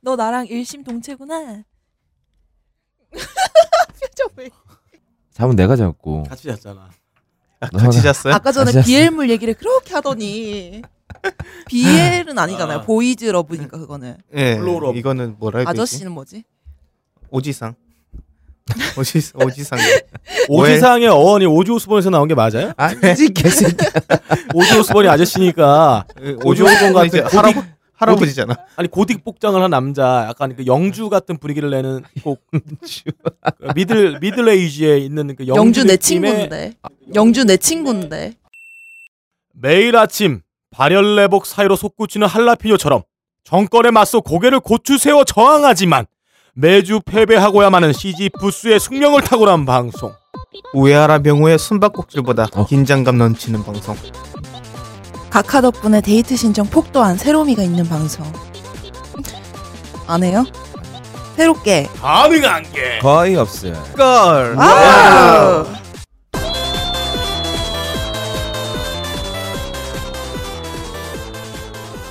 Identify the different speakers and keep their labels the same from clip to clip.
Speaker 1: 너 나랑 일심동체구나. 표정 왜?
Speaker 2: 잠은 내가 잤고
Speaker 3: 같이 잤잖아.
Speaker 2: 너는-
Speaker 4: 같이
Speaker 3: 네?
Speaker 4: 잤어요?
Speaker 1: 아까 그 전에
Speaker 2: 아시아- 네.
Speaker 1: BL물 얘기를 그렇게 하더니 BL은 아니잖아요.
Speaker 3: 아. 네,
Speaker 1: 보이즈 러브니까 그거는.
Speaker 4: 예.
Speaker 3: 플로러브.
Speaker 4: 이거는 뭐라 해야 되지?
Speaker 1: 아저씨는 뭐지?
Speaker 4: 오지상. 오지 오지상.
Speaker 3: 오지상의 어원이 오지 오스본에서 나온 게 맞아요?
Speaker 4: 네.
Speaker 2: 아니지 개새끼
Speaker 3: 오지 오스본이 아저씨니까 오지 오스본
Speaker 4: 예, 오지오건
Speaker 3: 같은
Speaker 4: 이제
Speaker 3: 고딕-
Speaker 4: 할아버 할아버지잖아.
Speaker 3: 아니 고딕 복장을 한 남자 약간 그 영주 같은 분위기를 내는 꼭 미들 미들레이지에 있는 그 영주,
Speaker 1: 영주, 내
Speaker 3: 느낌의 아.
Speaker 1: 친구인데. 영주 내 친구인데.
Speaker 3: 매일 아침 발열내복 사이로 솟구치는 할라피뇨처럼 정권에 맞서 고개를 고추 세워 저항하지만 매주 패배하고야 마는 CG 부스의 숙명을 탁월한 방송
Speaker 4: 우에하라 명호의 숨바꼭질보다
Speaker 2: 어.
Speaker 4: 긴장감 넘치는 방송.
Speaker 1: 각하 덕분에 데이트 신청 폭도한 새로미가 있는 방송. 안 해요? 새롭게.
Speaker 3: 가능한 게
Speaker 2: 거의 없어요
Speaker 4: 걸.
Speaker 1: 아!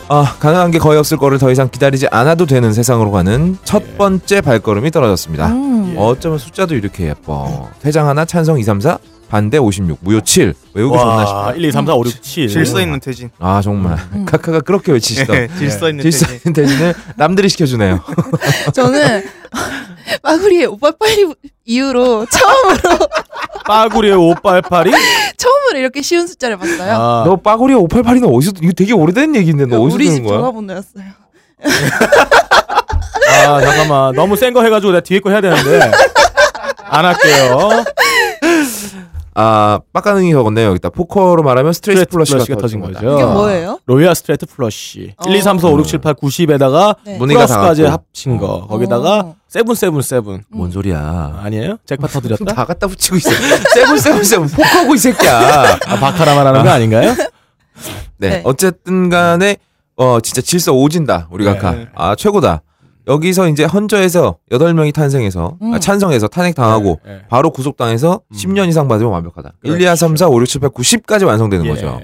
Speaker 2: 아 가능한 게 거의 없을 거를 더 이상 기다리지 않아도 되는 세상으로 가는 첫 번째 발걸음이 떨어졌습니다
Speaker 1: 음.
Speaker 3: 예.
Speaker 2: 어쩌면 숫자도 이렇게 예뻐 퇴장 하나 찬성 2 3 4 반대 56 무효 7 외우기 존나
Speaker 3: 와,
Speaker 2: 쉽다
Speaker 3: 1, 2, 3, 4, 5, 6, 7
Speaker 4: 질서 있는 태진.
Speaker 2: 아 정말
Speaker 1: 음.
Speaker 2: 카카가 그렇게 외치시던
Speaker 4: 예, 질서 있는
Speaker 2: 그러니까. 질서
Speaker 4: 태진.
Speaker 2: 있는 대신을 남들이 시켜주네요
Speaker 3: 예.
Speaker 1: 저는 마구리의 오빠 빨리 이후로 처음으로
Speaker 3: 빠구리의 오빨파리
Speaker 1: 처음으로 이렇게 쉬운 숫자를 봤어요.
Speaker 3: 아,
Speaker 2: 너 빠구리야 588이는 어디서 이거 되게 오래된 얘기인데 너 어디서
Speaker 1: 우리 집
Speaker 2: 듣는 거야?
Speaker 1: 전화번호였어요.
Speaker 3: 아 잠깐만 너무 센 거 해가지고 내가 뒤에 거 해야 되는데 안 할게요
Speaker 2: 아 빡가능이 적었네요 여기다 포커로 말하면 스트레이트
Speaker 3: 스트레이트
Speaker 2: 플러시가,
Speaker 3: 플러시가 터진 거죠.
Speaker 2: 어.
Speaker 1: 이게 뭐예요?
Speaker 3: 로얄 스트레이트 플러시
Speaker 1: 어.
Speaker 3: 1, 2, 3, 4, 5, 6, 7, 8, 90에다가
Speaker 1: 네.
Speaker 2: 문의가
Speaker 3: 플러스까지
Speaker 2: 당했고.
Speaker 3: 합친 거
Speaker 2: 어.
Speaker 3: 거기다가
Speaker 1: 어. 음.
Speaker 3: 세븐 세븐 세븐
Speaker 2: 뭔 소리야
Speaker 3: 아니에요? 잭팟 터드렸다?
Speaker 2: 다 갖다 붙이고 있어 세븐 세븐 세븐 포커고 이 새끼야
Speaker 3: 아, 바카라마라는 거 아닌가요?
Speaker 2: 네,
Speaker 1: 네.
Speaker 2: 어쨌든 간에 어 진짜 질서 오진다 우리
Speaker 3: 네.
Speaker 2: 각하 아 최고다 여기서 이제 헌저에서 8명이 탄생해서 아,
Speaker 1: 음.
Speaker 2: 찬성해서 탄핵당하고
Speaker 3: 예.
Speaker 2: 바로 구속당해서
Speaker 3: 음.
Speaker 2: 10년 이상 받으면 완벽하다 1, 2,
Speaker 3: 그렇죠.
Speaker 2: 3, 4, 5, 6, 7, 8, 90까지 완성되는
Speaker 3: 예.
Speaker 2: 거죠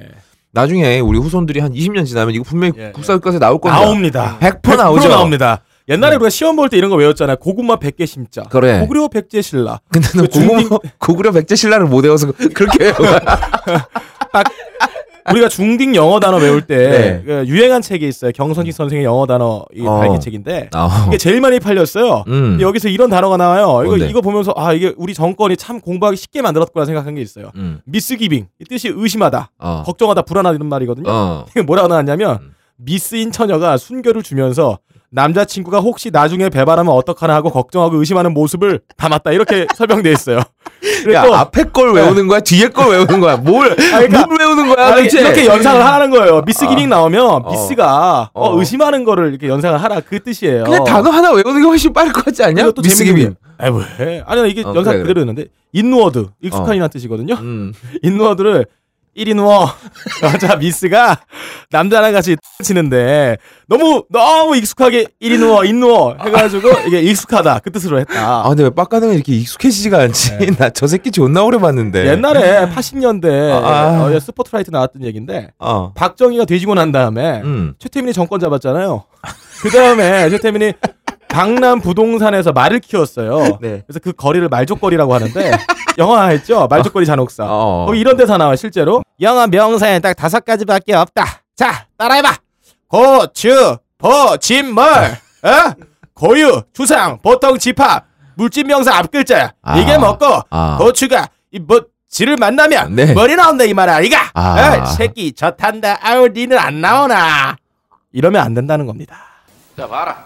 Speaker 2: 나중에 우리 후손들이 한 20년 지나면 이거 분명히
Speaker 3: 예, 예.
Speaker 2: 국사교과서에 나올 겁니다
Speaker 3: 나옵니다.
Speaker 2: 100% 나오죠 네.
Speaker 3: 나옵니다. 옛날에 우리가 시험 볼 때 이런 거 외웠잖아요. 고구마 백개 심자.
Speaker 2: 그래.
Speaker 3: 고구려 백제 신라.
Speaker 2: 근데 너
Speaker 3: 그 중딩-
Speaker 2: 고구마, 고구려 백제신라를 못 외워서 그렇게 외워
Speaker 3: 우리가 중딩 영어 단어 외울 때
Speaker 2: 네.
Speaker 3: 그 유행한 책이 있어요. 경선식 선생의 영어 단어 이
Speaker 2: 어.
Speaker 3: 발기 책인데
Speaker 2: 아,
Speaker 3: 이게 제일 많이 팔렸어요.
Speaker 2: 음.
Speaker 3: 근데 여기서 이런 단어가 나와요. 이거
Speaker 2: 뭔데?
Speaker 3: 이거 보면서 아 이게 우리 정권이 참 공부하기 쉽게 만들었구나 생각한 게 있어요.
Speaker 2: 음.
Speaker 3: 미스기빙 이 뜻이 의심하다,
Speaker 2: 어.
Speaker 3: 걱정하다, 불안하다 이런 말이거든요.
Speaker 2: 어.
Speaker 3: 이게 뭐라고 나왔냐면
Speaker 2: 음.
Speaker 3: 미스인 처녀가 순교를 주면서 남자친구가 혹시 나중에 배반하면 어떡하나 하고 걱정하고 의심하는 모습을 담았다 이렇게 설명돼 있어요.
Speaker 2: 야,
Speaker 3: 그래서
Speaker 2: 앞에 걸 외우는 거야? 뒤에 걸 외우는 거야? 뭘,
Speaker 3: 그러니까-
Speaker 2: 뭘 외우는 거야?
Speaker 3: 아니,
Speaker 2: 대체?
Speaker 3: 이렇게 연상을 하라는 거예요. 미스
Speaker 2: 아.
Speaker 3: 기빙 나오면
Speaker 2: 어.
Speaker 3: 미스가 어,
Speaker 2: 어.
Speaker 3: 의심하는 거를 이렇게 연상을 하라 그 뜻이에요.
Speaker 2: 그냥 단어 하나 외우는 게 훨씬 빠를 것 같지 않냐?
Speaker 3: 이것도 재밌는 아 왜? 아니 이게
Speaker 2: 어,
Speaker 3: 연상
Speaker 2: 그래, 그래.
Speaker 3: 그대로 였는데 인누어드 익숙한이라는 뜻이거든요.
Speaker 2: 음.
Speaker 3: 인누어드를 1인워 여자 미스가 남자랑 같이 치는데 너무 너무 익숙하게 1인워 인누어 해가지고 이게 익숙하다 그 뜻으로 했다.
Speaker 2: 아, 근데 왜 빡가능이 이렇게 익숙해지지가 않지? 나 저 새끼 존나 오래 봤는데.
Speaker 3: 옛날에 80년대
Speaker 2: 네. 아.
Speaker 3: 어, 스포트라이트 나왔던 얘기인데
Speaker 2: 어.
Speaker 3: 박정희가 뒤지고 난 다음에
Speaker 2: 음.
Speaker 3: 최태민이 정권 잡았잖아요. 그 다음에 최태민이 강남 부동산에서 말을 키웠어요.
Speaker 2: 네.
Speaker 3: 그래서 그 거리를 말족거리라고 하는데 영화 했죠 말족거리 잔혹사.
Speaker 2: 어.
Speaker 3: 거기 이런 대사 나와 실제로 영어 명사에 딱 다섯 가지밖에 없다. 자 따라해봐. 고추 버진물 어? 고유 주상 보통 집합 물질 명사 앞 글자야.
Speaker 2: 아.
Speaker 3: 이게 먹고
Speaker 2: 아.
Speaker 3: 고추가 이뭐 지를 만나면
Speaker 2: 네.
Speaker 3: 머리 나온다 이 말 아이가.
Speaker 2: 아.
Speaker 3: 어, 새끼 저 탄다. 아우 니는 안 나오나. 이러면 안 된다는 겁니다.
Speaker 5: 자 봐라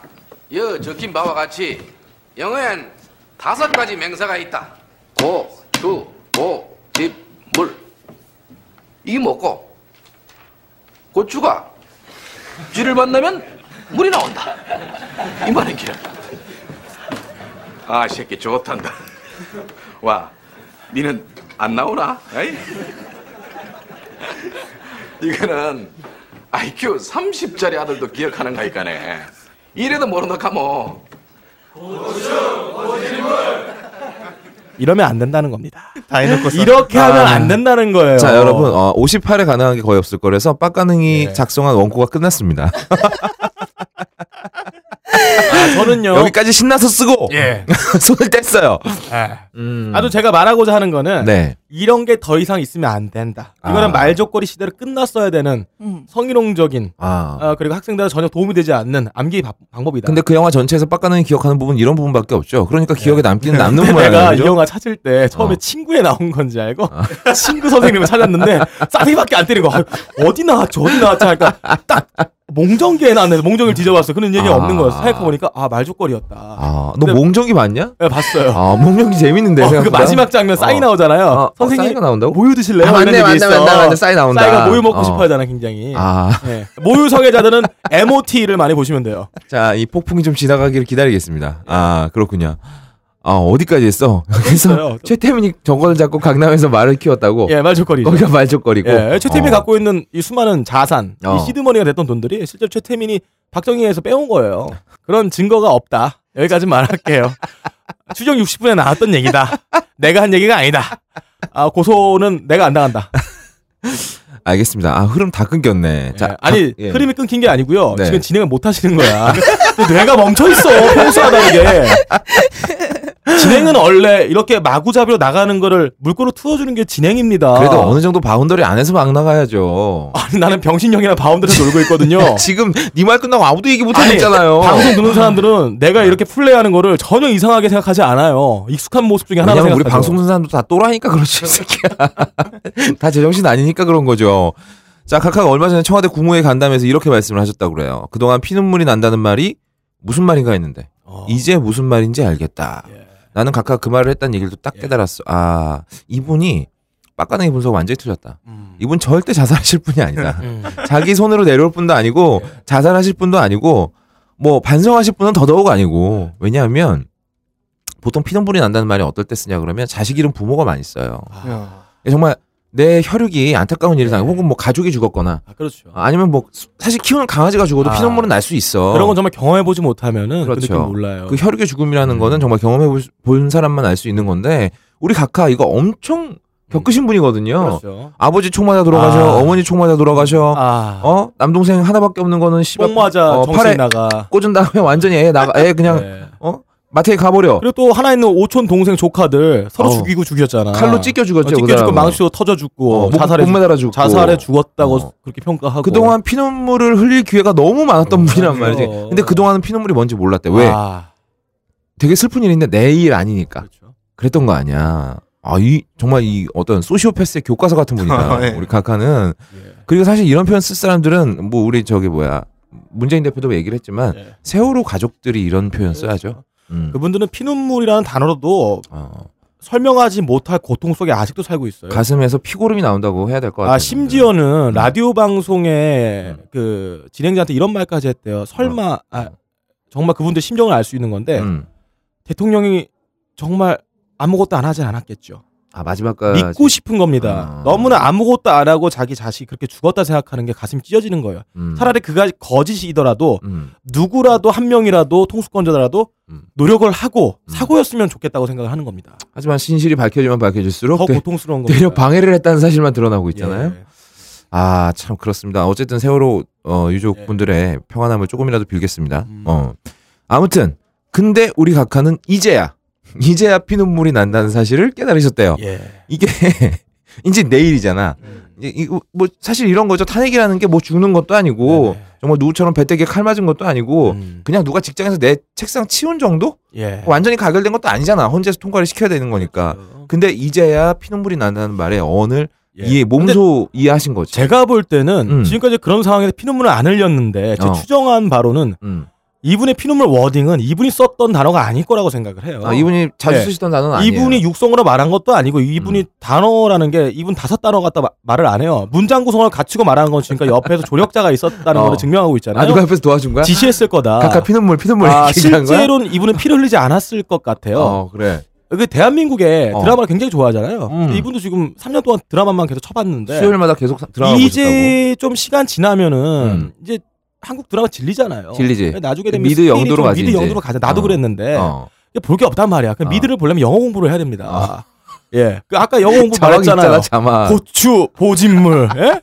Speaker 5: 여 적힌 바와 같이 영어엔 다섯 가지 명사가 있다 고, 추, 보, 집, 물 이게 뭐고? 고추가 쥐를 만나면 물이 나온다 이 말은 기라 아이 새끼 저거 탄다 와 니는 안 나오나? 에이? 이거는 IQ 30짜리 아들도 기억하는 거니까네. 이래도 모르는 가모.
Speaker 3: 이러면 안 된다는 겁니다.
Speaker 4: 다 해놓고서
Speaker 3: 이렇게 하면
Speaker 2: 아.
Speaker 3: 안 된다는 거예요.
Speaker 2: 자, 여러분, 어, 58에 가능한 게 거의 없을 거라서 네. 빡가능이 작성한 원고가 끝났습니다.
Speaker 3: 아, 저는요.
Speaker 2: 여기까지 신나서 쓰고
Speaker 3: 예.
Speaker 2: 손을 뗐어요.
Speaker 3: 예.
Speaker 2: 음.
Speaker 3: 아주 제가 말하고자 하는 거는
Speaker 2: 네.
Speaker 3: 이런 게 더 이상 있으면 안 된다. 이거는
Speaker 2: 아.
Speaker 3: 말조거리 시대로 끝났어야 되는
Speaker 1: 음.
Speaker 3: 성희롱적인
Speaker 2: 아.
Speaker 3: 어, 그리고 학생들한테 전혀 도움이 되지 않는 암기 바- 방법이다.
Speaker 2: 근데 그 영화 전체에서 빡가는 기억하는 부분 이런 부분밖에 없죠. 그러니까 기억에 남기는 남는
Speaker 3: 근데 내가
Speaker 2: 모양이죠.
Speaker 3: 이 영화 찾을 때 처음에
Speaker 2: 어. 아.
Speaker 3: 친구에 나온 건지 알고 친구 선생님을 찾았는데 싸대기밖에 안 때리고 어디 나왔죠 어디 나왔죠 하니까 딱 몽정기에 나왔네 몽정을 뒤져봤어 그런 얘기 가
Speaker 2: 아.
Speaker 3: 없는 거였어 생각해보니까 아 말죽거리였다
Speaker 2: 아, 너
Speaker 3: 근데-
Speaker 2: 몽정이 맞냐?
Speaker 3: 네, 봤어요
Speaker 2: 아, 몽정이 재밌는데
Speaker 3: 어, 그
Speaker 2: 생각보다.
Speaker 3: 마지막 장면 싸이
Speaker 2: 어.
Speaker 3: 나오잖아요
Speaker 2: 어,
Speaker 3: 선생님
Speaker 2: 선생님 나온다고?
Speaker 3: 모유 드실래요?
Speaker 2: 아, 맞네,
Speaker 3: 이런 얘기
Speaker 2: 맞네,
Speaker 3: 있어.
Speaker 2: 맞네, 맞네. 싸이 나온다.
Speaker 3: 싸이가 모유 먹고
Speaker 2: 어.
Speaker 3: 싶어 하잖아 굉장히
Speaker 2: 아,
Speaker 3: 예. 모유 성애자들은 MOT를 많이 보시면 돼요
Speaker 2: 자, 이 폭풍이 좀 지나가기를 기다리겠습니다. 아, 그렇군요. 아, 어디까지 했어? 그래서
Speaker 3: 했어요.
Speaker 2: 최태민이 저걸 잡고 강남에서 말을 키웠다고.
Speaker 3: 예 말죽거리죠
Speaker 2: 어. 거기가 말죽거리고.
Speaker 3: 예, 최태민이
Speaker 2: 어.
Speaker 3: 갖고 있는 이 수많은 자산,
Speaker 2: 어.
Speaker 3: 이 시드머니가 됐던 돈들이 실제 로 최태민이 박정희에서 빼온 거예요. 그런 증거가 없다. 여기까지 말할게요. 추정 60분에 나왔던 얘기다. 내가 한 얘기가 아니다. 아, 고소는 내가 안 당한다.
Speaker 2: 알겠습니다. 아, 흐름 다 끊겼네.
Speaker 3: 예,
Speaker 2: 자,
Speaker 3: 아니
Speaker 2: 각- 예.
Speaker 3: 흐름이 끊긴 게 아니고요.
Speaker 2: 네.
Speaker 3: 지금 진행을 못 하시는 거야. 근데 뇌가 멈춰 있어. 평소하다 이게. 진행은 원래 이렇게 마구잡이로 나가는 거를 물꼬로 투어주는 게 진행입니다.
Speaker 2: 그래도 어느 정도 바운더리 안에서 막 나가야죠.
Speaker 3: 아니 나는 병신형이나 바운드에서 놀고 있거든요.
Speaker 2: 지금 네 말 끝나고 아무도 얘기 못
Speaker 3: 아니,
Speaker 2: 하겠잖아요.
Speaker 3: 방송 듣는 사람들은 내가 이렇게 플레이하는 거를 전혀 이상하게 생각하지 않아요. 익숙한 모습 중에 하나라고
Speaker 2: 왜냐면
Speaker 3: 생각하죠.
Speaker 2: 우리 방송 듣는 사람도 다 또라이니까 그렇지 이 새끼야. 다 제정신 아니니까 그런 거죠. 자, 카카가 얼마 전에 청와대 국무회의 간담회에서 이렇게 말씀을 하셨다고 그래요. 그동안 피눈물이 난다는 말이 무슨 말인가 했는데
Speaker 3: 어.
Speaker 2: 이제 무슨 말인지 알겠다.
Speaker 3: 예.
Speaker 2: 나는 각하 그 말을 했다는 얘기를 딱 깨달았어. 아, 이분이 빡가능의 분석 완전히 틀렸다.
Speaker 3: 음.
Speaker 2: 이분 절대 자살하실 분이 아니다.
Speaker 3: 음.
Speaker 2: 자기 손으로 내려올 분도 아니고
Speaker 3: 예.
Speaker 2: 자살하실 분도 아니고 뭐 반성하실 분은 더더욱 아니고
Speaker 3: 예.
Speaker 2: 왜냐하면 보통 피눈물이 난다는 말이 어떨 때 쓰냐 그러면 자식 잃은 부모가 많이 써요. 예,
Speaker 4: 야.
Speaker 2: 정말 내 혈육이 안타까운
Speaker 3: 예.
Speaker 2: 일을 당하고 혹은 뭐 가족이 죽었거나
Speaker 3: 아, 그렇죠.
Speaker 2: 아니면 뭐 수- 사실 키우는 강아지가 죽어도
Speaker 3: 아.
Speaker 2: 피눈물은 날 수 있어.
Speaker 3: 그런 건 정말 경험해 보지 못하면은 그
Speaker 2: 그렇죠.
Speaker 3: 느낌 몰라요.
Speaker 2: 그 혈육의 죽음이라는 거는 정말 경험해 볼 수- 본 사람만 알 수 있는 건데 우리 각하 이거 엄청 겪으신 분이거든요.
Speaker 3: 음. 그렇죠.
Speaker 2: 아버지 총 맞아 돌아가셔,
Speaker 3: 아.
Speaker 2: 어머니 총 맞아 돌아가셔,
Speaker 3: 아,
Speaker 2: 어 남동생 하나밖에 없는 거는 씨발
Speaker 3: 뽕맞아
Speaker 2: 어,
Speaker 3: 정신
Speaker 2: 팔에
Speaker 3: 나가.
Speaker 2: 꽂은 다음에 완전히 애 나가 애 그냥
Speaker 3: 네.
Speaker 2: 어 마트에 가버려
Speaker 3: 그리고 또 하나 있는 오촌 동생 조카들 서로
Speaker 2: 어.
Speaker 3: 죽이고 죽였잖아.
Speaker 2: 칼로 찢겨
Speaker 3: 어,
Speaker 2: 죽었죠 그
Speaker 3: 찢겨 죽고
Speaker 2: 사람은.
Speaker 3: 망치로 터져 죽고
Speaker 2: 어, 목-
Speaker 3: 자살해
Speaker 2: 못
Speaker 3: 죽-
Speaker 2: 매달아 죽고
Speaker 3: 자살해 죽었다고
Speaker 2: 어.
Speaker 3: 그렇게 평가하고
Speaker 2: 그동안 피눈물을 흘릴 기회가 너무 많았던
Speaker 3: 어,
Speaker 2: 분이란
Speaker 3: 맞아요.
Speaker 2: 말이지 근데 그동안은 피눈물이 뭔지 몰랐대 왜
Speaker 3: 아,
Speaker 2: 되게 슬픈 일인데 내일 아니니까
Speaker 3: 그렇죠.
Speaker 2: 그랬던 거 아니야 아 이 정말 이 어떤 소시오패스의 교과서 같은 분이다
Speaker 4: 아,
Speaker 3: 네.
Speaker 4: 예.
Speaker 2: 우리 각하는
Speaker 3: 예.
Speaker 2: 그리고 사실 이런 표현 쓸 사람들은 뭐 우리 저기 뭐야 문재인 대표도 얘기를 했지만
Speaker 3: 예.
Speaker 2: 세월호 가족들이 이런 표현 써야죠 음.
Speaker 3: 그렇죠. 그분들은 피눈물이라는 단어로도
Speaker 2: 어.
Speaker 3: 설명하지 못할 고통 속에 아직도 살고 있어요.
Speaker 2: 가슴에서 피고름이 나온다고 해야 될 것 같아요.
Speaker 3: 아 심지어는 라디오 방송에
Speaker 2: 음.
Speaker 3: 그 진행자한테 이런 말까지 했대요. 설마 아, 정말 그분들 심정을 알 수 있는 건데
Speaker 2: 음.
Speaker 3: 대통령이 정말 아무것도 안 하진 않았겠죠.
Speaker 2: 아 마지막까지
Speaker 3: 믿고 싶은 겁니다.
Speaker 2: 아.
Speaker 3: 너무나 아무것도 안 하고 자기 자식 그렇게 죽었다 생각하는 게 가슴 찢어지는 거예요.
Speaker 2: 음.
Speaker 3: 차라리 그가 거짓이더라도
Speaker 2: 음.
Speaker 3: 누구라도 한 명이라도 통수권자더라도
Speaker 2: 음.
Speaker 3: 노력을 하고
Speaker 2: 음.
Speaker 3: 사고였으면 좋겠다고 생각을 하는 겁니다.
Speaker 2: 하지만 신실이 밝혀지면
Speaker 3: 더
Speaker 2: 밝혀질수록 되,
Speaker 3: 고통스러운 겁니다.
Speaker 2: 되려 방해를 했다는 사실만 드러나고 있잖아요.
Speaker 3: 예.
Speaker 2: 아 참 그렇습니다. 어쨌든 세월호 어, 유족분들의 평안함을 조금이라도 빌겠습니다.
Speaker 3: 예. 음.
Speaker 2: 어 아무튼 근데 우리 각하는 이제야 이제야 피눈물이 난다는 사실을 깨달으셨대요.
Speaker 3: 예.
Speaker 2: 이게 이제 내일이잖아. 이제 이거 뭐 사실 이런 거죠. 탄핵이라는 게 뭐 죽는 것도 아니고
Speaker 3: 네네.
Speaker 2: 정말 누구처럼 배때기에 칼 맞은 것도 아니고
Speaker 3: 음.
Speaker 2: 그냥 누가 직장에서 내 책상 치운 정도?
Speaker 3: 예.
Speaker 2: 완전히 가결된 것도 아니잖아. 혼자서 통과를 시켜야 되는 거니까. 근데 이제야 피눈물이 난다는 말에 언을
Speaker 3: 예.
Speaker 2: 이해,
Speaker 3: 근데
Speaker 2: 몸소 이해하신 거지.
Speaker 3: 제가 볼 때는
Speaker 2: 음.
Speaker 3: 지금까지 그런 상황에서 피눈물을 안 흘렸는데 제
Speaker 2: 어.
Speaker 3: 추정한 바로는
Speaker 2: 음.
Speaker 3: 이분의 피눈물 워딩은 이분이 썼던 단어가 아닐 거라고 생각을 해요.
Speaker 2: 아, 이분이 자주
Speaker 3: 네.
Speaker 2: 쓰시던 단어는 아니에요. 음.
Speaker 3: 이 육성으로 말한 것도 아니고 이분이 단어라는 게 이분 다섯 단어 갖다 마- 말을 안 해요. 문장 구성을 갖추고 말하는 건 지금까지 옆에서 조력자가 있었다는
Speaker 2: 어.
Speaker 3: 거를 증명하고 있잖아요.
Speaker 2: 아, 누가 옆에서 도와준 거야?
Speaker 3: 지시했을 거다.
Speaker 2: 각하 피눈물, 피눈물
Speaker 3: 아,
Speaker 2: 이렇게 얘기한 거야?
Speaker 3: 실제로는 이분은 피를 흘리지 않았을 것 같아요.
Speaker 2: 어, 그래.
Speaker 3: 그 대한민국에
Speaker 2: 어.
Speaker 3: 드라마를 굉장히 좋아하잖아요.
Speaker 2: 음.
Speaker 3: 이분도 지금 3년 동안 드라마만 계속 쳐봤는데
Speaker 2: 수요일마다 계속 사- 드라마 보셨다고.
Speaker 3: 네. 이제 좀 시간 지나면은
Speaker 2: 음.
Speaker 3: 이제 한국 드라마 질리잖아요.
Speaker 2: 질리지.
Speaker 3: 나중에 되면
Speaker 2: 미드
Speaker 3: 스케일이
Speaker 2: 영도로
Speaker 3: 좀
Speaker 2: 가지,
Speaker 3: 미드
Speaker 2: 이제.
Speaker 3: 영도로 가자.
Speaker 2: 어.
Speaker 3: 나도 그랬는데
Speaker 2: 어.
Speaker 3: 볼 게 없단 말이야. 그
Speaker 2: 어.
Speaker 3: 미드를 보려면 영어 공부를 해야 됩니다.
Speaker 2: 아.
Speaker 3: 예, 그 아까 영어 공부
Speaker 2: 자막
Speaker 3: 말했잖아요.
Speaker 2: 있잖아, 자막.
Speaker 3: 고추 보진물. 예?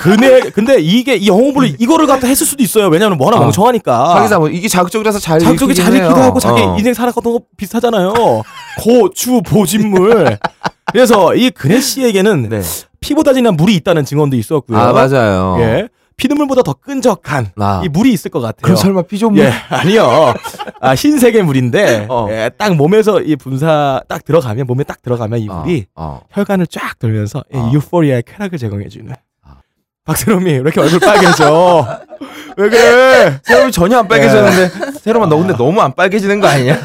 Speaker 3: 근데 근데 이게 이 홍보를 이거를 갖다 했을 수도 있어요. 왜냐면 워낙
Speaker 2: 아.
Speaker 3: 멍청하니까.
Speaker 2: 자기 사무 이게 자극적이라서 잘
Speaker 3: 자극적이
Speaker 2: 읽히긴
Speaker 3: 잘 읽기도
Speaker 2: 해요.
Speaker 3: 하고 자기
Speaker 2: 어.
Speaker 3: 인생 살아갔던 거 비슷하잖아요. 고추 보진물. 그래서 이 그네 씨에게는
Speaker 2: 네.
Speaker 3: 피보다 진한 물이 있다는 증언도 있었고요.
Speaker 2: 아 맞아요.
Speaker 3: 예. 피눈물보다 더 끈적한
Speaker 2: 아.
Speaker 3: 이 물이 있을 것 같아요.
Speaker 2: 그럼 설마 피조물?
Speaker 3: 예, 아니요. 아, 흰색의 물인데,
Speaker 2: 어.
Speaker 3: 예, 딱 몸에서 이 분사 딱 들어가면, 몸에 딱 들어가면 이 물이
Speaker 2: 어. 어.
Speaker 3: 혈관을 쫙 돌면서 이
Speaker 2: 어.
Speaker 3: 유포리아의 쾌락을 제공해주는.
Speaker 2: 아.
Speaker 3: 박세롬이 왜 이렇게 얼굴 빨개져? 왜 그래? 예.
Speaker 2: 새롬이 전혀 안 빨개졌는데 새롬아 너 근데 너무 안 빨개지는 거 아니냐?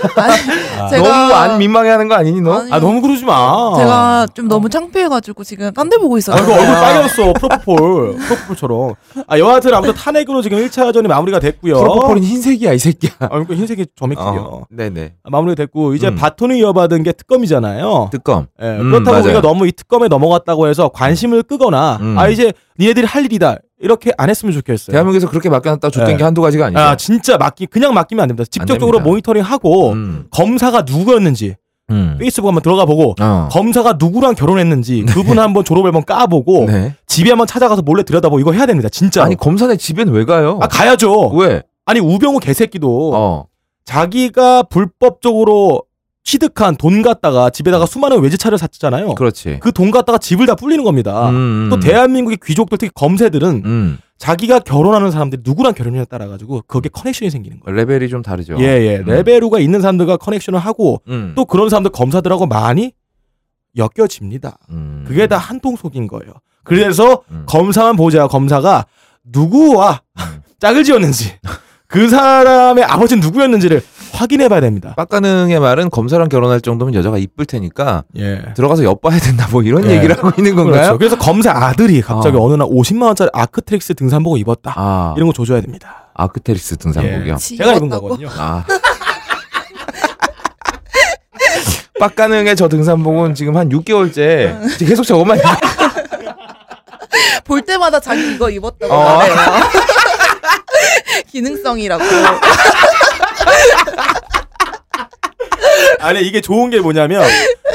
Speaker 1: 제가
Speaker 2: 너무 안 민망해하는 거 아니니 너?
Speaker 1: 아니,
Speaker 3: 아, 너무 그러지 마.
Speaker 1: 제가 좀 너무 창피해가지고 지금 딴 데 보고
Speaker 3: 아, 이거
Speaker 1: 있었어요.
Speaker 3: 얼굴 빨개졌어. 프로포폴. 프로포폴처럼. 아, 여하튼 아무튼 탄핵으로 지금 1차전이 마무리가 됐고요.
Speaker 2: 프로포폴은 흰색이야 이 새끼야.
Speaker 3: 아, 그러니까 흰색이 점액이요.
Speaker 2: 어. 네네.
Speaker 3: 아, 마무리가 됐고, 이제
Speaker 2: 음.
Speaker 3: 바톤을 이어받은 게 특검이잖아요.
Speaker 2: 뜨검.
Speaker 3: 예,
Speaker 2: 음,
Speaker 3: 그렇다고
Speaker 2: 맞아요.
Speaker 3: 우리가 너무 이 특검에 넘어갔다고 해서 관심을 끄거나
Speaker 2: 음.
Speaker 3: 아 이제 니네들이 할 일이다 이렇게 안 했으면 좋겠어요.
Speaker 2: 대한민국에서 그렇게 맡겨놨다 줬던
Speaker 3: 네.
Speaker 2: 게 한두 가지가 네. 아니죠.
Speaker 3: 아 진짜 맡기 그냥 맡기면 안 됩니다. 직접적으로
Speaker 2: 됩니다.
Speaker 3: 모니터링하고
Speaker 2: 음.
Speaker 3: 검사가 누구였는지
Speaker 2: 음.
Speaker 3: 페이스북 한번 들어가 보고
Speaker 2: 어. 검
Speaker 3: 검사가 누구랑 결혼했는지 그분 한번 졸업 앨범 까보고
Speaker 2: 네.
Speaker 3: 집에 한번 찾아가서 몰래 들여다보고 이거 해야 됩니다. 진짜.
Speaker 2: 아니 검사네 집엔 왜 가요?
Speaker 3: 아 가야죠.
Speaker 2: 왜?
Speaker 3: 아니 우병우 개새끼도
Speaker 2: 어.
Speaker 3: 자기가 불법적으로 취득한 돈 갖다가 집에다가 수많은 외제차를 샀잖아요.
Speaker 2: 그렇지.
Speaker 3: 그 돈 갖다가 집을 다 불리는 겁니다.
Speaker 2: 어. 음,
Speaker 3: 또
Speaker 2: 음.
Speaker 3: 대한민국의 귀족들 특히 검세들은
Speaker 2: 음.
Speaker 3: 자기가 결혼하는 사람들이 누구랑 결혼했냐에 따라 가지고 거기에 커넥션이 생기는 거예요.
Speaker 2: 레벨이 좀 다르죠.
Speaker 3: 예예
Speaker 2: 음.
Speaker 3: 레베루가 있는 사람들과 커넥션을 하고
Speaker 2: 음.
Speaker 3: 또 그런 사람들 검사들하고 많이 엮여집니다.
Speaker 2: 음.
Speaker 3: 그게 다 한통속인 거예요. 그래서
Speaker 2: 음.
Speaker 3: 검사만 보자 검사가 누구와 짝을 지었는지 그 사람의 아버지는 누구였는지를 확인해봐야 됩니다.
Speaker 2: 빡가능의 말은 검사랑 결혼할 정도면 여자가 이쁠 테니까
Speaker 3: 예.
Speaker 2: 들어가서 엿봐야 된다 뭐 이런
Speaker 3: 예.
Speaker 2: 얘기를 하고 있는 건가요?
Speaker 3: 그렇죠. 그래서 검사 아들이 갑자기
Speaker 2: 어.
Speaker 3: 어. 느날 50만 원짜리 아크트릭스 등산복을 입었다.
Speaker 2: 아
Speaker 3: 이런 거 조져야 됩니다.
Speaker 2: 아크테리스 등산복이요.
Speaker 3: 제가 입은
Speaker 1: 지웠다고?
Speaker 3: 거거든요.
Speaker 2: 아. 빡가능의 저 등산복은 지금 한 6개월째 지금 계속 저것만 입고
Speaker 1: 볼 때마다 자기 이거 입었다고
Speaker 2: 어.
Speaker 1: 말해요. 기능성이라고.
Speaker 3: 아니 이게 좋은 게 뭐냐면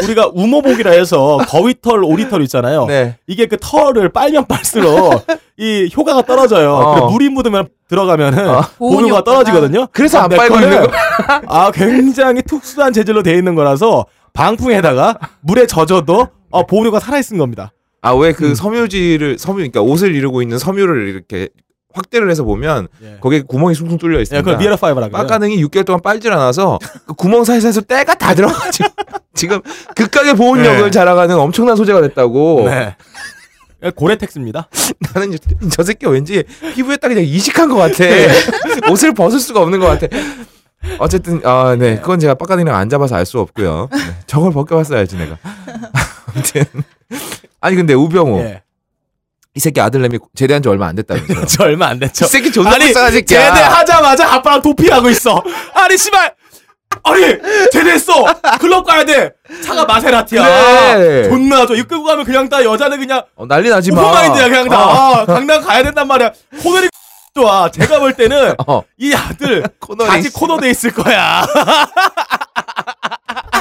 Speaker 3: 우리가 우모복이라 해서 거위털, 오리털 있잖아요.
Speaker 2: 네.
Speaker 3: 이게 그 털을 빨면 빨수록 이 효과가 떨어져요.
Speaker 2: 어.
Speaker 3: 그리고 물이 묻으면 들어가면은
Speaker 2: 어.
Speaker 1: 보온
Speaker 3: 보온효가
Speaker 1: 효과가.
Speaker 3: 떨어지거든요.
Speaker 2: 그래서 안
Speaker 3: 내
Speaker 2: 빨고
Speaker 3: 거는
Speaker 2: 있는 거.
Speaker 3: 아 굉장히 특수한 재질로 돼 있는 거라서 방풍에다가 물에 젖어도 어, 보온효가 살아 있는 겁니다.
Speaker 2: 아 왜 그 섬유질을 섬유 그러니까 옷을 이루고 있는 섬유를 이렇게 확대를 해서 보면
Speaker 3: 예.
Speaker 2: 거기에 구멍이 숭숭 뚫려
Speaker 3: 예,
Speaker 2: 있습니다.
Speaker 3: 그걸 미에라 파이브라 그래요.
Speaker 2: 빡가능이 6개월 동안 빨질 않아서 그 구멍 사이사이에서 때가 다 들어가지고 지금 극강의 보온력을
Speaker 3: 네.
Speaker 2: 자랑하는 엄청난 소재가 됐다고
Speaker 3: 네. 예, 고레텍스입니다.
Speaker 2: 나는 저- 저 새끼 왠지 피부에 딱 그냥 이식한 것 같아
Speaker 3: 네.
Speaker 2: 옷을 벗을 수가 없는 것 같아 어쨌든 아네 그건 제가 빡가능이랑 안 잡아서 알 수 없고요 네, 저걸 벗겨봤어야지 내가 아무튼 아니 근데 우병우
Speaker 3: 예.
Speaker 2: 이 새끼 아들내미 제대한 지 얼마 안 됐다면서요
Speaker 3: 저 얼마 안 됐죠.
Speaker 2: 이 새끼 존나
Speaker 3: 아니,
Speaker 2: 불쌍한 새끼야.
Speaker 3: 제대하자마자 아빠랑 도피하고 있어. 아니 씨발. 아니 제대했어. 클럽 가야 돼. 차가 마세라티야.
Speaker 2: 그래.
Speaker 3: 존나 저 이끌고 가면 그냥 다 여자는 그냥
Speaker 2: 어, 난리 나지 마.
Speaker 3: 오픈마인드야 그냥 다.
Speaker 2: 어.
Speaker 3: 아, 강남 가야 된단 말이야. 코너링 좋아. 제가 볼 때는
Speaker 2: 어.
Speaker 3: 이 아들
Speaker 2: 코너링
Speaker 3: 다시 코너 돼 있을 거야.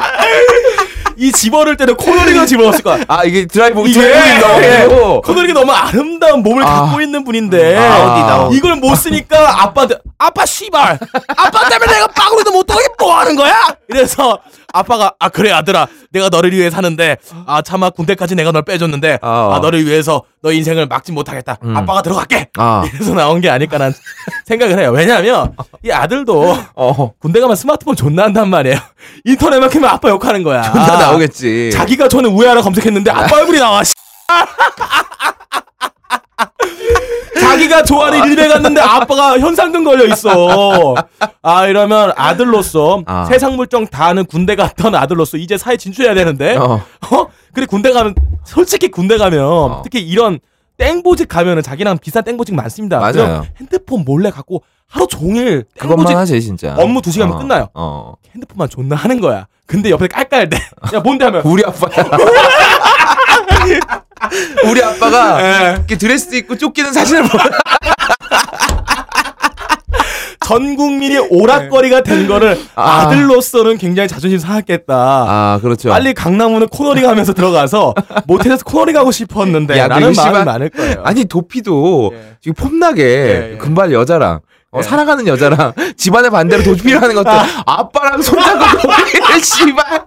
Speaker 3: 이 집어넣을 때는 코너링을 집어넣었을 거야.
Speaker 2: 아 이게 드라이브
Speaker 3: 이게 네. 예.
Speaker 2: 드라이브인가?
Speaker 3: 코너링이 너무 아름다운 몸을
Speaker 2: 아.
Speaker 3: 갖고 있는 분인데
Speaker 2: 아, 어디다, 어디.
Speaker 3: 이걸 못 쓰니까 아빠한테 아빠 씨발 아빠 때문에 내가 빠구리도 못하게 뭐 하는 거야? 이래서 아빠가 아 그래 아들아 내가 너를 위해 사는데 아 차마 군대까지 내가 널 빼줬는데
Speaker 2: 아.
Speaker 3: 아 너를 위해서 너 인생을 막지 못하겠다
Speaker 2: 음.
Speaker 3: 아빠가 들어갈게
Speaker 2: 아.
Speaker 3: 이래서 나온 게 아닐까라는 생각을 해요 왜냐하면 이 아들도
Speaker 2: 어.
Speaker 3: 군대 가면 스마트폰 존나 한단 말이에요 인터넷만 키면 아빠 욕하는 거야
Speaker 2: 나 나오겠지.
Speaker 3: 자기가 저는 우회하라 검색했는데 아빠 얼굴이 나와. 씨. 자기가 좋아하는 일베 갔는데 아빠가 현상금 걸려 있어. 아 이러면 아들로서
Speaker 2: 아.
Speaker 3: 세상 물정 다 아는 군대 갔던 아들로서 이제 사회 진출해야 되는데. 어?
Speaker 2: 어.
Speaker 3: 그래 군대 가면 솔직히 군대 가면 특히 이런 땡보직 가면은 자기랑 비싼 땡보직 많습니다.
Speaker 2: 맞아요.
Speaker 3: 그럼 핸드폰 몰래 갖고 하루 종일
Speaker 2: 그것만
Speaker 3: 땡보직
Speaker 2: 하지 진짜.
Speaker 3: 업무 두 시간이면
Speaker 2: 어.
Speaker 3: 끝나요.
Speaker 2: 어.
Speaker 3: 핸드폰만 존나 하는 거야. 근데 옆에 깔깔 대. 야 뭔데 하면
Speaker 2: 우리 아빠야. 우리 아빠가
Speaker 3: 예.
Speaker 2: 이렇게 드레스 입고 쫓기는 사진을 보면
Speaker 3: 전 국민이 오락거리가 된 거를
Speaker 2: 아.
Speaker 3: 아들로서는 굉장히 자존심 상했겠다.
Speaker 2: 아 그렇죠.
Speaker 3: 빨리 강남우는 코너링 하면서 들어가서 모텔에서 코너링 하고 싶었는데
Speaker 2: 야,
Speaker 3: 라는
Speaker 2: 그
Speaker 3: 마음이
Speaker 2: 씨발-
Speaker 3: 많을 거예요.
Speaker 2: 아니 도피도
Speaker 3: 예.
Speaker 2: 지금 폼나게
Speaker 3: 예, 예.
Speaker 2: 금발 여자랑 어,
Speaker 3: 예.
Speaker 2: 사랑하는 여자랑 집안의 반대로 도피를 하는 것들 아빠랑 손잡고 도피를 씨발